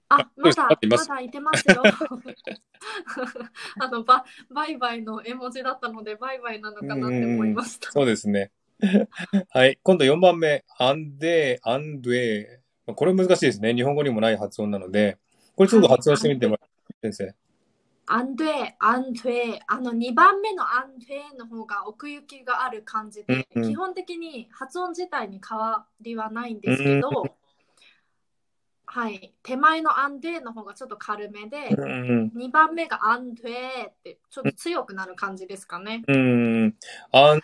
[SPEAKER 2] あ、
[SPEAKER 1] そうで
[SPEAKER 2] ますだ
[SPEAKER 1] 待ってい、ま
[SPEAKER 2] ますだいてますよ。 (laughs) あの、ば、バイバイの絵文字だったので、バイバイなのかなって思いました。
[SPEAKER 1] そうですね。はい。今度4番目。アンデー、アンドゥエー。これ難しいですね。日本語にもない発音なので、これちょっと発音してみてもらって、先
[SPEAKER 2] アンドゥエ、アンドゥエ、あの、2番目のアンドゥエの方が奥行きがある感じで、
[SPEAKER 1] うんうん
[SPEAKER 2] 基本的に発音自体に変わりはないんですけど、はい、手前のアンドゥエの方がちょっと軽めで、
[SPEAKER 1] 生。うん。
[SPEAKER 2] 2番目がアンドゥエってちょっと強くなる感じですかね。
[SPEAKER 1] うん。あん、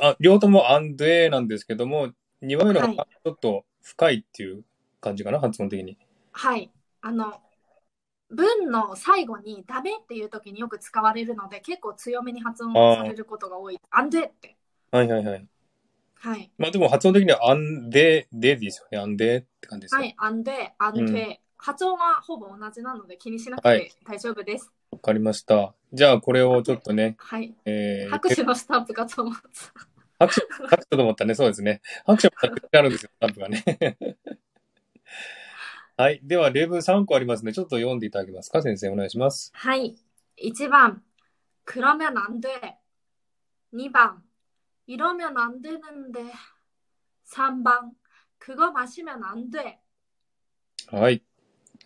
[SPEAKER 1] あ両方ともアンドゥエーなんですけども、2番目の方がちょっと深いっていう感じかな、発音的に。
[SPEAKER 2] はい、あの文の最後に「ダメ」っていう時によく使われるので結構強めに発音されることが多い。アンデって。
[SPEAKER 1] はいはいはい。
[SPEAKER 2] はい、
[SPEAKER 1] まあでも発音的にはアンデ、デですよね。アンデって感じですよ。
[SPEAKER 2] は
[SPEAKER 1] わ、
[SPEAKER 2] い、アンデ、アンデ、
[SPEAKER 1] うん
[SPEAKER 2] 発音はほぼ同じなので気にしなく
[SPEAKER 1] はい
[SPEAKER 2] て大丈夫です。
[SPEAKER 1] かりました。じゃあこれをちょっとね、
[SPEAKER 2] はい、
[SPEAKER 1] えー、
[SPEAKER 2] 拍手のスタンプかと思った。
[SPEAKER 1] 拍手、拍手と思ったね。そうですね。拍手もたくさんあるんですよ、スタンプ
[SPEAKER 2] (laughs)
[SPEAKER 1] がね。はい。では、例文3個ありますね。ちょっと読んでいただけますか先生、お願いします。
[SPEAKER 2] はい、1番、그러면안 돼。2番、이러면안되는데。3番、그거마시면안 돼。
[SPEAKER 1] はい。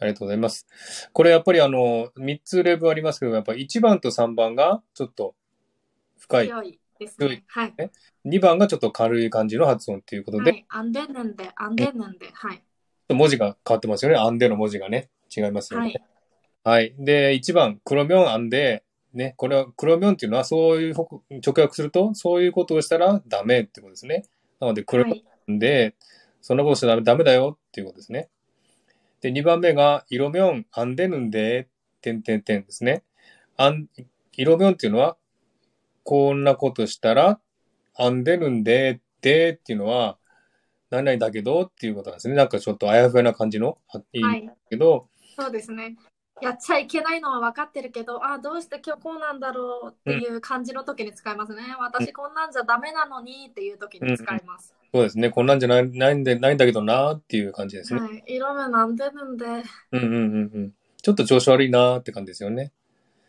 [SPEAKER 1] ありがとうございます。これやっぱりあの、3つ例文ありますけども、やっぱ1番と3番がちょっと深い。
[SPEAKER 2] 強いです
[SPEAKER 1] 強い
[SPEAKER 2] ね。はい。
[SPEAKER 1] 2番がちょっと軽い感じの発音ということで、
[SPEAKER 2] は
[SPEAKER 1] ちょ
[SPEAKER 2] い、안 되는데, 안 되는데. はい。
[SPEAKER 1] っと文字が変わってますよね。アンデの文字がね。違いますよね。
[SPEAKER 2] は
[SPEAKER 1] は
[SPEAKER 2] い。
[SPEAKER 1] い。で、1番、黒ミョンアンで、ね、これは、黒ミョンっていうのは、そういうほ、直訳すると、そういうことをしたらダメってことですね。なので、黒ミョンアンで、そんなことしちゃダメダメだよっていうことですね。で、2番目が、色ミョンアンデヌンで、てんてんてんですね。あん、色ミョンっていうのは、こんなことしたら、アンデヌンで、でっていうのは、何々だけどっていうことなんですね。なんかちょっとあやふやな感じの、はい
[SPEAKER 2] はい
[SPEAKER 1] んだ
[SPEAKER 2] い。
[SPEAKER 1] けど、
[SPEAKER 2] そうですね。やっちゃいけないのは分かってるけど、あどうして今日こうなんだろうっていう感じの時に使いますね。私こんなんじゃダメなのにっていう時に使います。
[SPEAKER 1] そうですね。こんなんじゃないないんでないんだけどなーっていう感じですね。
[SPEAKER 2] はい。色目なんでるんで。
[SPEAKER 1] うんうんうんうん。ちょっと調子悪いなーって感じですよね。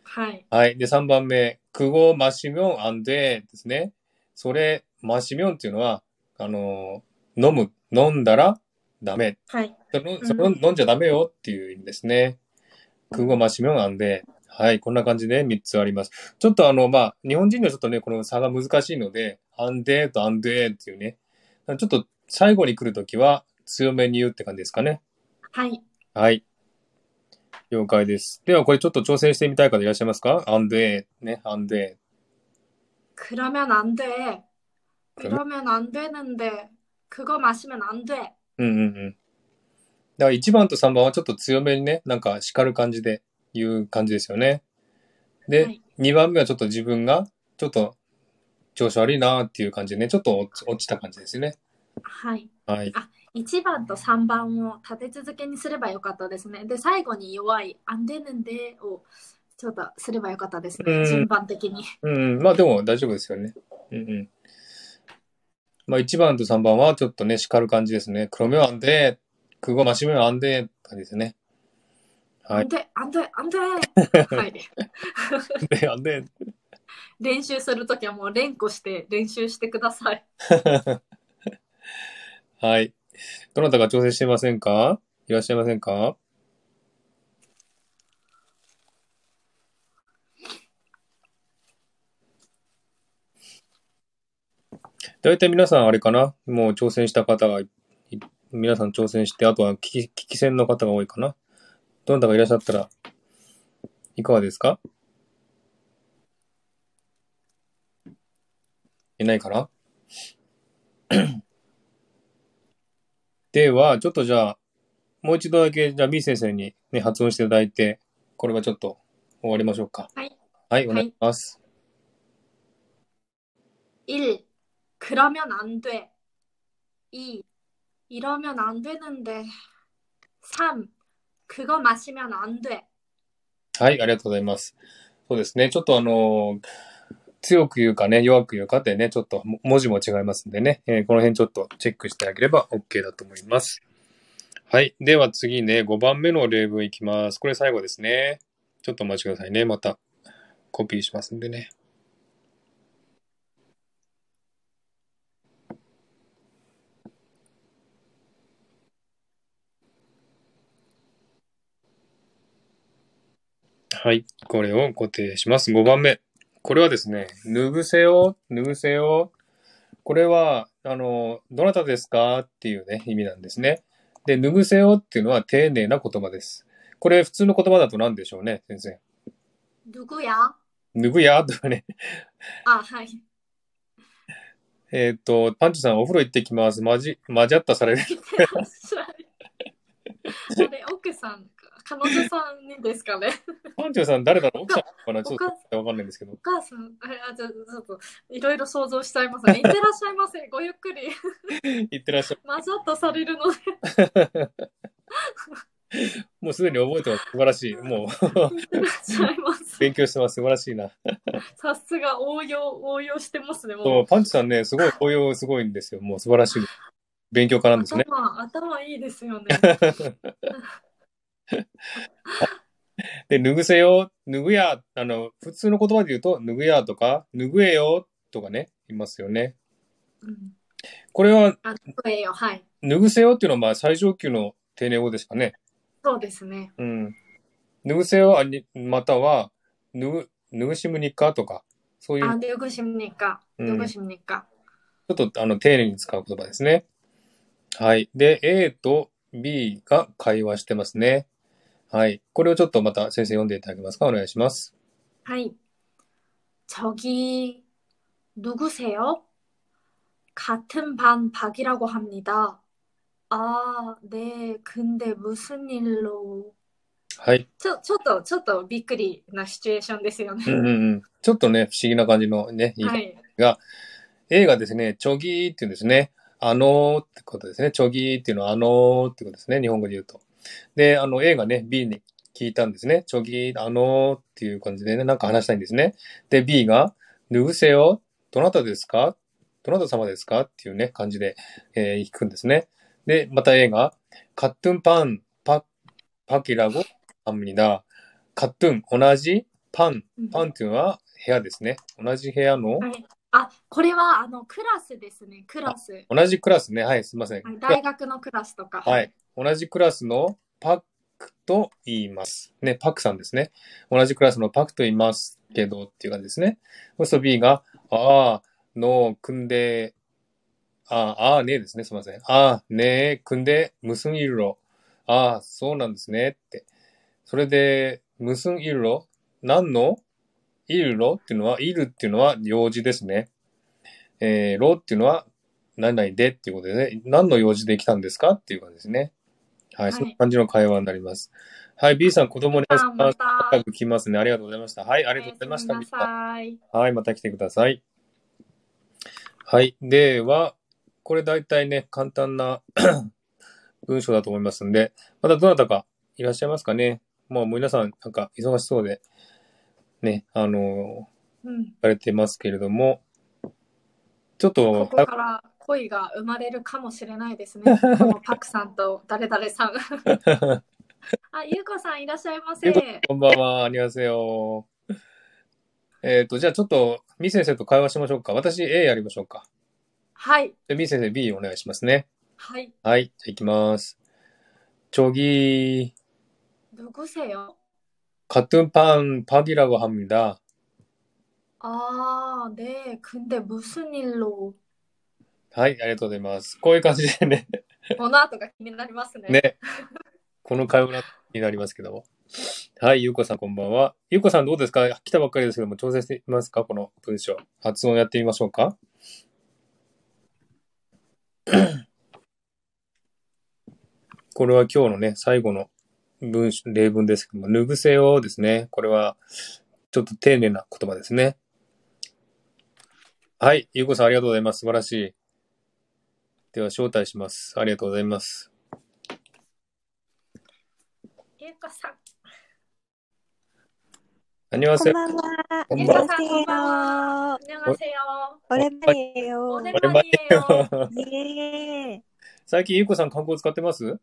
[SPEAKER 2] はい。
[SPEAKER 1] はい。で、3番目。クゴマシミョンアンデですね。それ、マシミョンっていうのは、あのー飲む、飲んだらダメ。
[SPEAKER 2] はい。
[SPEAKER 1] その
[SPEAKER 2] ん
[SPEAKER 1] その飲んじゃダメよっていう意味ですね。クゴマシミョンアンデはい。こんな感じで3つあります。ちょっとあの、まあ、日本人にはちょっとね、この差が難しいので、アンデとアンデっていうね。ちょっと最後に来るときは強めに言うって感じですかね。
[SPEAKER 2] はい。
[SPEAKER 1] はい。了解です。では、これちょっと挑戦してみたい方いらっしゃいますかアンデー、ね、アンデ
[SPEAKER 2] 그러면안 돼. 그러면안 되는데. 그거 마시면 안 돼.
[SPEAKER 1] ー。うんうんうん。だから1番と3番はちょっと強めにね、なんか叱る感じで言う感じですよね。で、
[SPEAKER 2] はい
[SPEAKER 1] 2番目はちょっと自分が、ちょっと調子悪いなーっていう感じでね、ちょっと落ち落ちた感じですよね。
[SPEAKER 2] はい。
[SPEAKER 1] はい。
[SPEAKER 2] 1番と3番を立て続けにすればよかったですね。で、最後に弱い、アンデヌンデをちょっとすればよかったです
[SPEAKER 1] うん
[SPEAKER 2] ね。順番的に。
[SPEAKER 1] うん、まあでも大丈夫ですよね。うんうん。まあ1番と3番はちょっとね、叱る感じですね。黒目はアンデー、クゴマシ目はアンデーって感じですね。はい
[SPEAKER 2] アンデ、アンデ、アン
[SPEAKER 1] (laughs)
[SPEAKER 2] デはい。
[SPEAKER 1] で、あで、 (laughs)
[SPEAKER 2] 練習するときはもう連呼して練習してください。
[SPEAKER 1] はい。どなたか挑戦していませんかいらっしゃいませんか大体皆さんあれかなもう挑戦した方がい、い皆さん挑戦して、あとは聞き、聞き戦の方が多いかなどなたかいらっしゃったら、いかがですかいないかなでは、ちょっとじゃあ、もう一度だけ、じゃあ B 先生にね、発音していただいて、これはちょっと終わりましょうか。
[SPEAKER 2] はい。
[SPEAKER 1] はい、お願いします。
[SPEAKER 2] 1. 그러면 안 돼. 2. 이러면 안 되는데. 3. 그거 마시면 안 돼.
[SPEAKER 1] はい、ありがとうございます。そうですね。ちょっとあの、強く言うかね、弱く言うかってね、ちょっとも文字も違いますんでね、えーこの辺ちょっとチェックしていただければ OK だと思います。はい。では次ね、5番目の例文いきます。これ最後ですね。ちょっとお待ちくださいね。またコピーしますんでね。はい。これを固定します。5番目。これはですね、脱ぐせよ、脱ぐせよ。これは、あの、どなたですかっていうね、意味なんですね。で、脱ぐせよっていうのは丁寧な言葉です。これ普通の言葉だと何でしょうね、先生。
[SPEAKER 2] 누구야?
[SPEAKER 1] 脱ぐやとかね。 (laughs)
[SPEAKER 2] 아, 하이.
[SPEAKER 1] えーっと、パンチョさんお風呂行ってきます。まじ、まじゃったされる。 (laughs)
[SPEAKER 2] 그래, 오크산. 간호사님 ですかね?
[SPEAKER 1] パンチョさん誰だろう奥さんかなちょっ
[SPEAKER 2] 오카,
[SPEAKER 1] とわかんないんですけど。
[SPEAKER 2] 오카산. 아, 저, 저, 저, 이러이러 소조しちゃいますね. 이때라시아이마세. ごゆっくり.
[SPEAKER 1] 行ってらっしゃる。
[SPEAKER 2] 맞았다されるので.
[SPEAKER 1] もうすでに覚えてます。素晴らしい。もう、
[SPEAKER 2] いってらっしゃいませ。
[SPEAKER 1] 勉強してます。素晴らしいな。
[SPEAKER 2] さすが応用、応用してますね、
[SPEAKER 1] そ
[SPEAKER 2] も
[SPEAKER 1] う、パンチさんね、すごい応用すごいんですよ。もう素晴らしい。勉強家
[SPEAKER 2] う。
[SPEAKER 1] なんですね。
[SPEAKER 2] 頭、頭いいです
[SPEAKER 1] (laughs)
[SPEAKER 2] よね。
[SPEAKER 1] で、脱ぐせよ、脱ぐや、あの、普通の言葉で言うと、脱ぐやとか、脱ぐえよとかね、いますよね。
[SPEAKER 2] うん。
[SPEAKER 1] これは、
[SPEAKER 2] あ、声よ、はい。
[SPEAKER 1] 脱ぐせよっていうのは、まあ、最上級の丁寧語ですかね。
[SPEAKER 2] そうですね。
[SPEAKER 1] うん。脱ぐせよ、あにまたは、脱ぐ、脱ぐしむにかとか、そういう、
[SPEAKER 2] あ、
[SPEAKER 1] ち
[SPEAKER 2] 누구십니까
[SPEAKER 1] う
[SPEAKER 2] 누
[SPEAKER 1] ん
[SPEAKER 2] 구십니까
[SPEAKER 1] ょっと、あの、丁寧に使う言葉ですね。はい。で、A と B が会話してますね。はい。これをちょっとまた先生読んでいただけますかお願いします。
[SPEAKER 2] 하이. 저기, 누구세요? 같은 반 박이라고 합니다. 아, 네. 근데 무슨 일로?
[SPEAKER 1] はい。
[SPEAKER 2] ちょ、ちょっと、ちょっとびっくりなシチュエーションですよね。
[SPEAKER 1] うんうんうん。ちょっとね、不思議な感じのね、言い方
[SPEAKER 2] はい。
[SPEAKER 1] が、映画ですね、ちょぎーっていうんですね。あのーってことですね。ちょぎーっていうのはあのーってことですね。日本語で言うと。で、あの、映画ね、B に聞いたんですね。ちょぎー、あのーっていう感じでね、なんか話したいんですね。で、B が、脱ぐせよ、どなたですかどなた様ですかっていうね、感じで、えー聞くんですね。で、また A が、カットゥンパン、パ、パキラゴ、アムニダ。カットゥン、同じ、パン、パンっていうのは部屋ですね。同じ部屋の、
[SPEAKER 2] はい、あ、これはあのクラスですね、クラス。
[SPEAKER 1] 同じクラスね。はい、すいません。
[SPEAKER 2] はい大学のクラスとか。
[SPEAKER 1] はい。同じクラスのパックと言います。ね、パックさんですね。同じクラスのパックと言いますけどっていう感じですね。そうすると B が、ああ、の、組んで、ああ、ああ、ねえですね。すいません。ああ、ねえ、組んで、むすんいるろ。ああ、そうなんですね。って。それで、むすんいるろ何のいるろっていうのは、いるっていうのは用事ですね。えー、ろっていうのは何々でっていうことでね、何の用事で来たんですかっていう感じですね。はい、
[SPEAKER 2] はい
[SPEAKER 1] そんな感じの会話になります。はい、B さん、子供に
[SPEAKER 2] あまた。
[SPEAKER 1] 近く来ますね。ありがとうございました。はい、あ
[SPEAKER 2] あ
[SPEAKER 1] りがとうございました。
[SPEAKER 2] なさい。
[SPEAKER 1] はい、また来てください。はい、では、これ大体ね、簡単な (clears throat) 文章だと思いますんで、またどなたかいらっしゃいますかね。もう皆さん、なんか忙しそうで、ね、あの
[SPEAKER 2] うん、
[SPEAKER 1] ー、されてますけれども、ちょっと
[SPEAKER 2] こ、こから恋が生まれるかもしれないです
[SPEAKER 1] (laughs)
[SPEAKER 2] ね。このパクさんと誰々さん。あ、ゆうこさんいらっしゃいま
[SPEAKER 1] ゆ
[SPEAKER 2] せ
[SPEAKER 1] う。 (laughs) こんばんは、ありがとうよ。えっ、と、じゃあちょっと、みー先生と会話しましょうか。私 A やりましょうか。
[SPEAKER 2] はい。
[SPEAKER 1] で、みー先生 B お願いしますね。
[SPEAKER 2] はい。
[SPEAKER 1] はい、じゃあ行きます。저기
[SPEAKER 2] 누구세요?
[SPEAKER 1] 같은 반 박이라고 합니다.
[SPEAKER 2] 아, 네. 근데 무슨 일로?
[SPEAKER 1] はい、ありがとうございます。こういう感 (laughs) じでね、
[SPEAKER 2] この後が気になりますね。
[SPEAKER 1] ね、この会話になりますけども。はい、ゆうこさんこんばんは。ゆうこさんどうですか来たばっかりですけども、調整してみますかこの文章。発音やってみましょうか (coughs) これは今日のね、最後の文章、例文ですけども、ぬぐせよですね。これは、ちょっと丁寧な言葉ですね。はい。ゆうこさん、ありがとうございます。素晴らしい。では、招待します。ありがとうございます。
[SPEAKER 2] ゆうこさん。
[SPEAKER 1] 안녕하세
[SPEAKER 6] こん
[SPEAKER 1] 요。
[SPEAKER 6] ばんは。
[SPEAKER 1] こん
[SPEAKER 2] ゆう
[SPEAKER 1] ば
[SPEAKER 2] こ
[SPEAKER 1] ん
[SPEAKER 2] さ
[SPEAKER 1] は
[SPEAKER 2] ん、こんばんは。안녕하세요。
[SPEAKER 6] オレマリエよ。
[SPEAKER 2] おで
[SPEAKER 1] これ
[SPEAKER 2] ま
[SPEAKER 1] ま
[SPEAKER 2] りえよ。
[SPEAKER 1] で
[SPEAKER 6] イエーイ。
[SPEAKER 1] (laughs) 最近、ゆうこさん、韓国語使ってます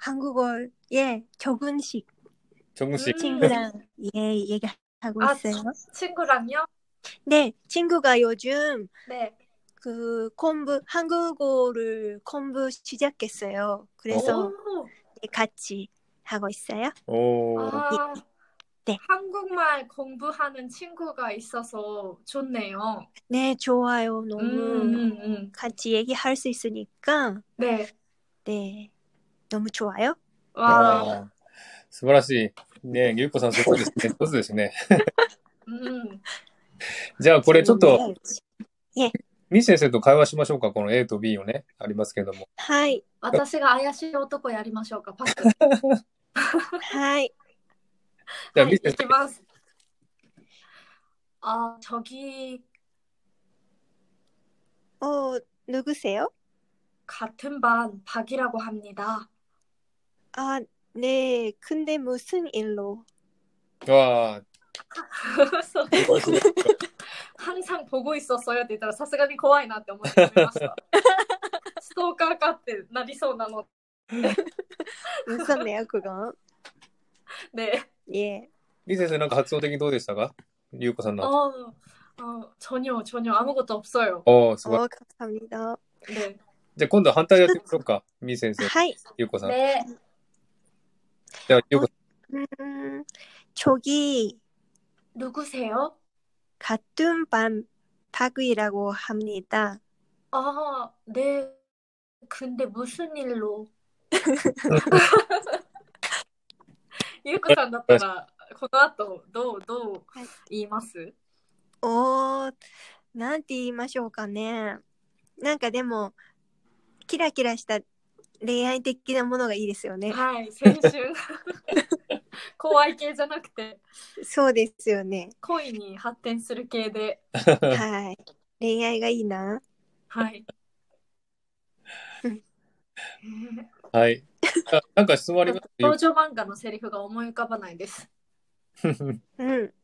[SPEAKER 6] 한국어 예, 적응식
[SPEAKER 1] 정국씨.
[SPEAKER 2] 음.
[SPEAKER 6] 친구랑 예, 얘기하고
[SPEAKER 2] 아,
[SPEAKER 6] 있어요.
[SPEAKER 2] 친구랑요?
[SPEAKER 6] 네, 친구가 요즘
[SPEAKER 2] 네.
[SPEAKER 6] 그 공부 한국어를 공부 시작했어요. 그래서
[SPEAKER 2] 오.
[SPEAKER 6] 네, 같이 하고 있어요.
[SPEAKER 1] 오.
[SPEAKER 2] 아,
[SPEAKER 6] 네.
[SPEAKER 2] 한국말 공부하는 친구가 있어서 좋네요.
[SPEAKER 6] 네, 좋아요. 너무
[SPEAKER 2] 음, 음, 음.
[SPEAKER 6] 같이 얘기할 수 있으니까
[SPEAKER 2] 네.
[SPEAKER 6] 네, 너무 좋아요.
[SPEAKER 2] 와,
[SPEAKER 1] あー素晴らしい。ねゆうこさん、そこです (laughs) ね。上手ですね。
[SPEAKER 2] 음,
[SPEAKER 1] じゃあ、これちょっと、
[SPEAKER 6] 친구가-
[SPEAKER 1] ミ先生と会話しましょうか。この A と B をね、ありますけども。
[SPEAKER 6] 하이,
[SPEAKER 2] 私が怪しい男やりましょうか、パス。
[SPEAKER 6] 하이. 네,
[SPEAKER 1] じゃあ、
[SPEAKER 2] は
[SPEAKER 1] ミ
[SPEAKER 2] い、
[SPEAKER 1] 先
[SPEAKER 2] 行
[SPEAKER 1] 生
[SPEAKER 2] き、ます。あ、 아, 저기
[SPEAKER 6] 어, 누구세요?
[SPEAKER 2] 같은 반 박이라고 합니다.
[SPEAKER 6] 아, 네. 근데 무슨 일로?
[SPEAKER 1] わあ、
[SPEAKER 2] そう항상보고있었어요って言ったらさすがに怖いなって思ってやめました。ストーカーかってなりそうなの
[SPEAKER 6] 무섭네요, 그건.
[SPEAKER 2] で、
[SPEAKER 6] 예.
[SPEAKER 1] ミ先生、なんか発音的にどうでしたかゆうこさんの。
[SPEAKER 2] あーあー、 어, 전혀전혀아무것도없어요。 네.
[SPEAKER 1] おー、すごい。
[SPEAKER 6] 어, 감사합니다.
[SPEAKER 2] で、
[SPEAKER 1] じゃあ、今度反対やってみようか。ミ先生、
[SPEAKER 6] 하이.
[SPEAKER 1] ゆうこさん。
[SPEAKER 2] で、
[SPEAKER 1] じゃあ、ゆうこさん。
[SPEAKER 6] 음, 저기
[SPEAKER 2] 누구세요
[SPEAKER 6] 같은 반 박이라고 합니다.
[SPEAKER 2] 아, 네. 근데 무슨 일로? 유코 산だったらこの後どうどう言います？
[SPEAKER 6] 어, 난て言いましょうかね。なんかでも、キラキラした恋愛的なものがいいですよね。
[SPEAKER 2] はい、青春。怖い系じゃなくて
[SPEAKER 6] そうですよね。
[SPEAKER 2] 恋に発展する系で、
[SPEAKER 6] はい。恋愛がいいな。
[SPEAKER 2] はい。
[SPEAKER 6] う
[SPEAKER 2] え
[SPEAKER 6] ん
[SPEAKER 2] ー (laughs)
[SPEAKER 1] はい。あなんか質問ありますかゆう
[SPEAKER 2] 少女漫画のセリフが思い浮かばないです。
[SPEAKER 6] うん。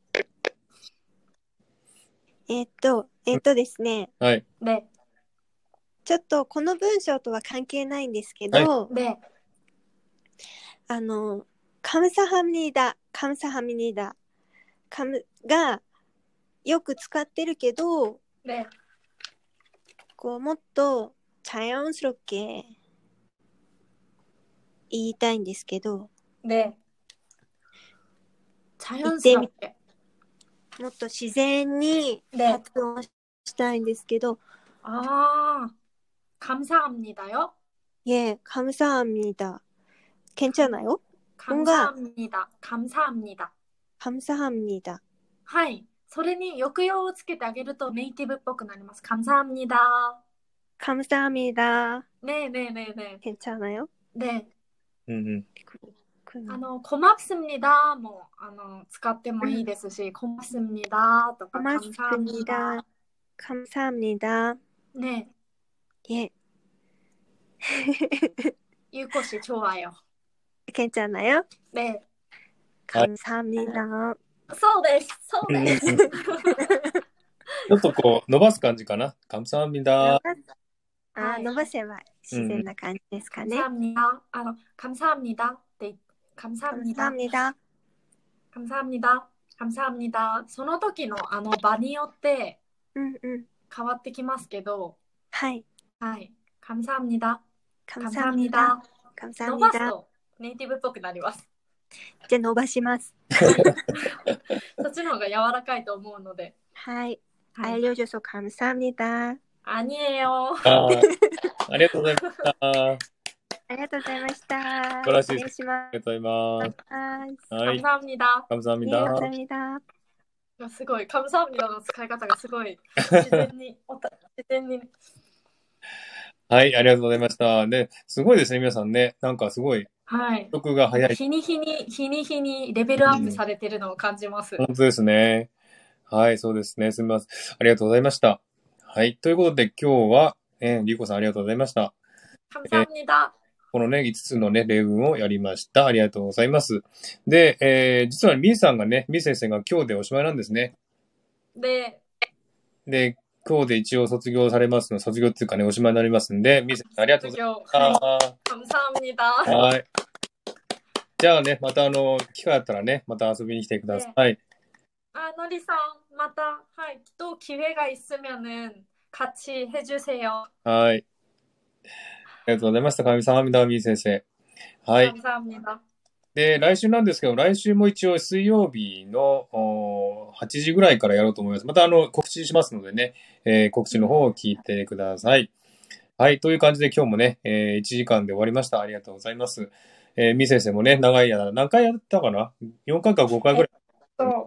[SPEAKER 6] えっと、えっとですね。
[SPEAKER 1] こはい。
[SPEAKER 2] で、
[SPEAKER 6] ちょっとこの文章とは関係ないんですけど、
[SPEAKER 2] で、
[SPEAKER 6] あの、カムサハミニダ、カムサハミニダ、カムがよく使ってるけど、
[SPEAKER 2] で、
[SPEAKER 6] こうもっとチャヨンスロッケ言いたいんですけど、
[SPEAKER 2] で、자연스럽게
[SPEAKER 6] もっと自然に
[SPEAKER 2] で、
[SPEAKER 6] 発音したいんですけど、
[SPEAKER 2] 아, 감사합니다요.
[SPEAKER 6] いえ、カムサハミニダ、괜찮아요 뭔가-
[SPEAKER 2] 감사합니다. 감사합니다.
[SPEAKER 6] カムサハミニダ。
[SPEAKER 2] 하이. それに抑揚をつけてあげるとネイティブっぽくなります。감사합니다。
[SPEAKER 6] カムサハミニダ、
[SPEAKER 2] ねえねえねえね
[SPEAKER 6] 괜찮아요
[SPEAKER 2] え。で、
[SPEAKER 1] (laughs) うんうん。
[SPEAKER 2] あの、고맙습니다も、あの、使ってもいいですし、고맙습니다とか、
[SPEAKER 6] カムサハミニダ、カムサハミニダ、
[SPEAKER 2] ねえ、
[SPEAKER 6] い
[SPEAKER 2] (laughs)
[SPEAKER 6] え、
[SPEAKER 2] ゆうこし、超愛よ。
[SPEAKER 6] 괜찮아요
[SPEAKER 2] ねえ、
[SPEAKER 6] カムサハミニダ。
[SPEAKER 2] そうです、そう (laughs) です。
[SPEAKER 1] ちょっとこう、伸ばす感じかな。カムサハミダ。
[SPEAKER 6] あ、
[SPEAKER 2] はい
[SPEAKER 6] 伸ばせば自然な感じですか
[SPEAKER 2] 감사
[SPEAKER 6] ね。
[SPEAKER 2] 합니다あの、감사합니다って、감사합니다
[SPEAKER 6] だ。
[SPEAKER 2] 감사합니다. 감사합니다. その時のあの場によって
[SPEAKER 6] うんうん。
[SPEAKER 2] 変わってきますけど、
[SPEAKER 6] はい。
[SPEAKER 2] はい。감사합니다.
[SPEAKER 6] カムサハミダ。
[SPEAKER 2] 감사합니다.
[SPEAKER 6] カムサハ
[SPEAKER 2] 伸
[SPEAKER 6] ミ
[SPEAKER 2] ばす
[SPEAKER 6] ダ。
[SPEAKER 2] とネイティブっぽくなります。
[SPEAKER 6] じゃあ伸ばします。
[SPEAKER 2] そっちの方が柔らかいと思うので。
[SPEAKER 6] はい。
[SPEAKER 2] は
[SPEAKER 6] アイ
[SPEAKER 2] い。
[SPEAKER 6] リョジョソカムサハミダ。あ
[SPEAKER 2] あにえよ。
[SPEAKER 1] あーありがとうございました。あ
[SPEAKER 6] りがとうございました。
[SPEAKER 1] 晴らしい
[SPEAKER 6] 失礼しま。
[SPEAKER 1] りがとうございます
[SPEAKER 6] はい。
[SPEAKER 1] す。
[SPEAKER 2] 감사
[SPEAKER 1] はい。
[SPEAKER 2] 합니다。
[SPEAKER 1] カムサハミ
[SPEAKER 6] カムサハ
[SPEAKER 1] ダ。
[SPEAKER 6] ミダ。
[SPEAKER 2] すごい。감사합니다の使い方がすごい自然に、おた自然に。
[SPEAKER 1] はい、ありがとうございました。で、すごいですね、皆さんね。なんかすごい、
[SPEAKER 2] はい。
[SPEAKER 1] 曲が早い。
[SPEAKER 2] 日に日に、日に日にレベルアップされてるのを感じます。
[SPEAKER 1] 本当ですね。はい、そうですね。すみません。ありがとうございました。はい、ということで今日は、えー、りこさんありがとうございました。
[SPEAKER 2] 感謝にだ。
[SPEAKER 1] このね、5つのね、例文をやりました。ありがとうございます。で、えー、実はみーさんがね、みー先生が今日でおしまいなんですね。
[SPEAKER 2] で、
[SPEAKER 1] で、今日で一応卒業されますの、卒業っていうかね、おしまいになりますんで、みー先生ありがとう
[SPEAKER 2] 授
[SPEAKER 1] ござい
[SPEAKER 2] 業。
[SPEAKER 1] ま
[SPEAKER 2] は
[SPEAKER 1] した。
[SPEAKER 2] い。感謝にだ。
[SPEAKER 1] はい。じゃあね、またあの、機会あったらね、また遊びに来てください。
[SPEAKER 2] あ、のりさん、また、はい、또 기회가 있으면은 같이 해주세요.
[SPEAKER 1] はい。ありがとうございました。かみさん、はみだみー先生。はい。
[SPEAKER 2] 감사합니다.
[SPEAKER 1] で、来週なんですけど、来週も一応水曜日のおー8時ぐらいからやろうと思います。またあの、告知しますのでね、えー告知の方を聞いてください。はい。という感じで今日もね、えー1時間で終わりました。ありがとうございます。えー、みー先生もね、長い間、何回やったかな ?4 回か5回ぐらい。
[SPEAKER 2] 또,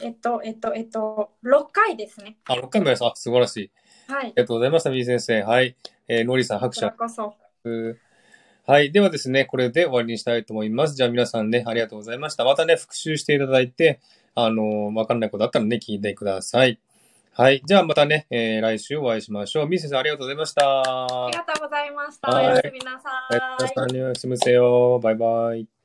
[SPEAKER 2] 에또, 에또, 에또, 6回ですね.
[SPEAKER 1] あ、6回もやった。あ素晴らしい。
[SPEAKER 2] 하이.
[SPEAKER 1] ありがとうございました、みー先生。はい。えー、ノリさん、拍手。
[SPEAKER 2] 그래서
[SPEAKER 1] はい。ではですね、これで終わりにしたいと思います。じゃあ皆さんね、ありがとうございました。またね、復習していただいて、あのーわかんないことあったらね、聞いてください。はい。じゃあまたね、えー来週お会いしましょう。みー先生、ありがとうございました。ありがとう
[SPEAKER 2] ありがとうございました。お
[SPEAKER 1] はい
[SPEAKER 2] やすみなさ
[SPEAKER 1] ございました。お願いしますよ。バイバイ。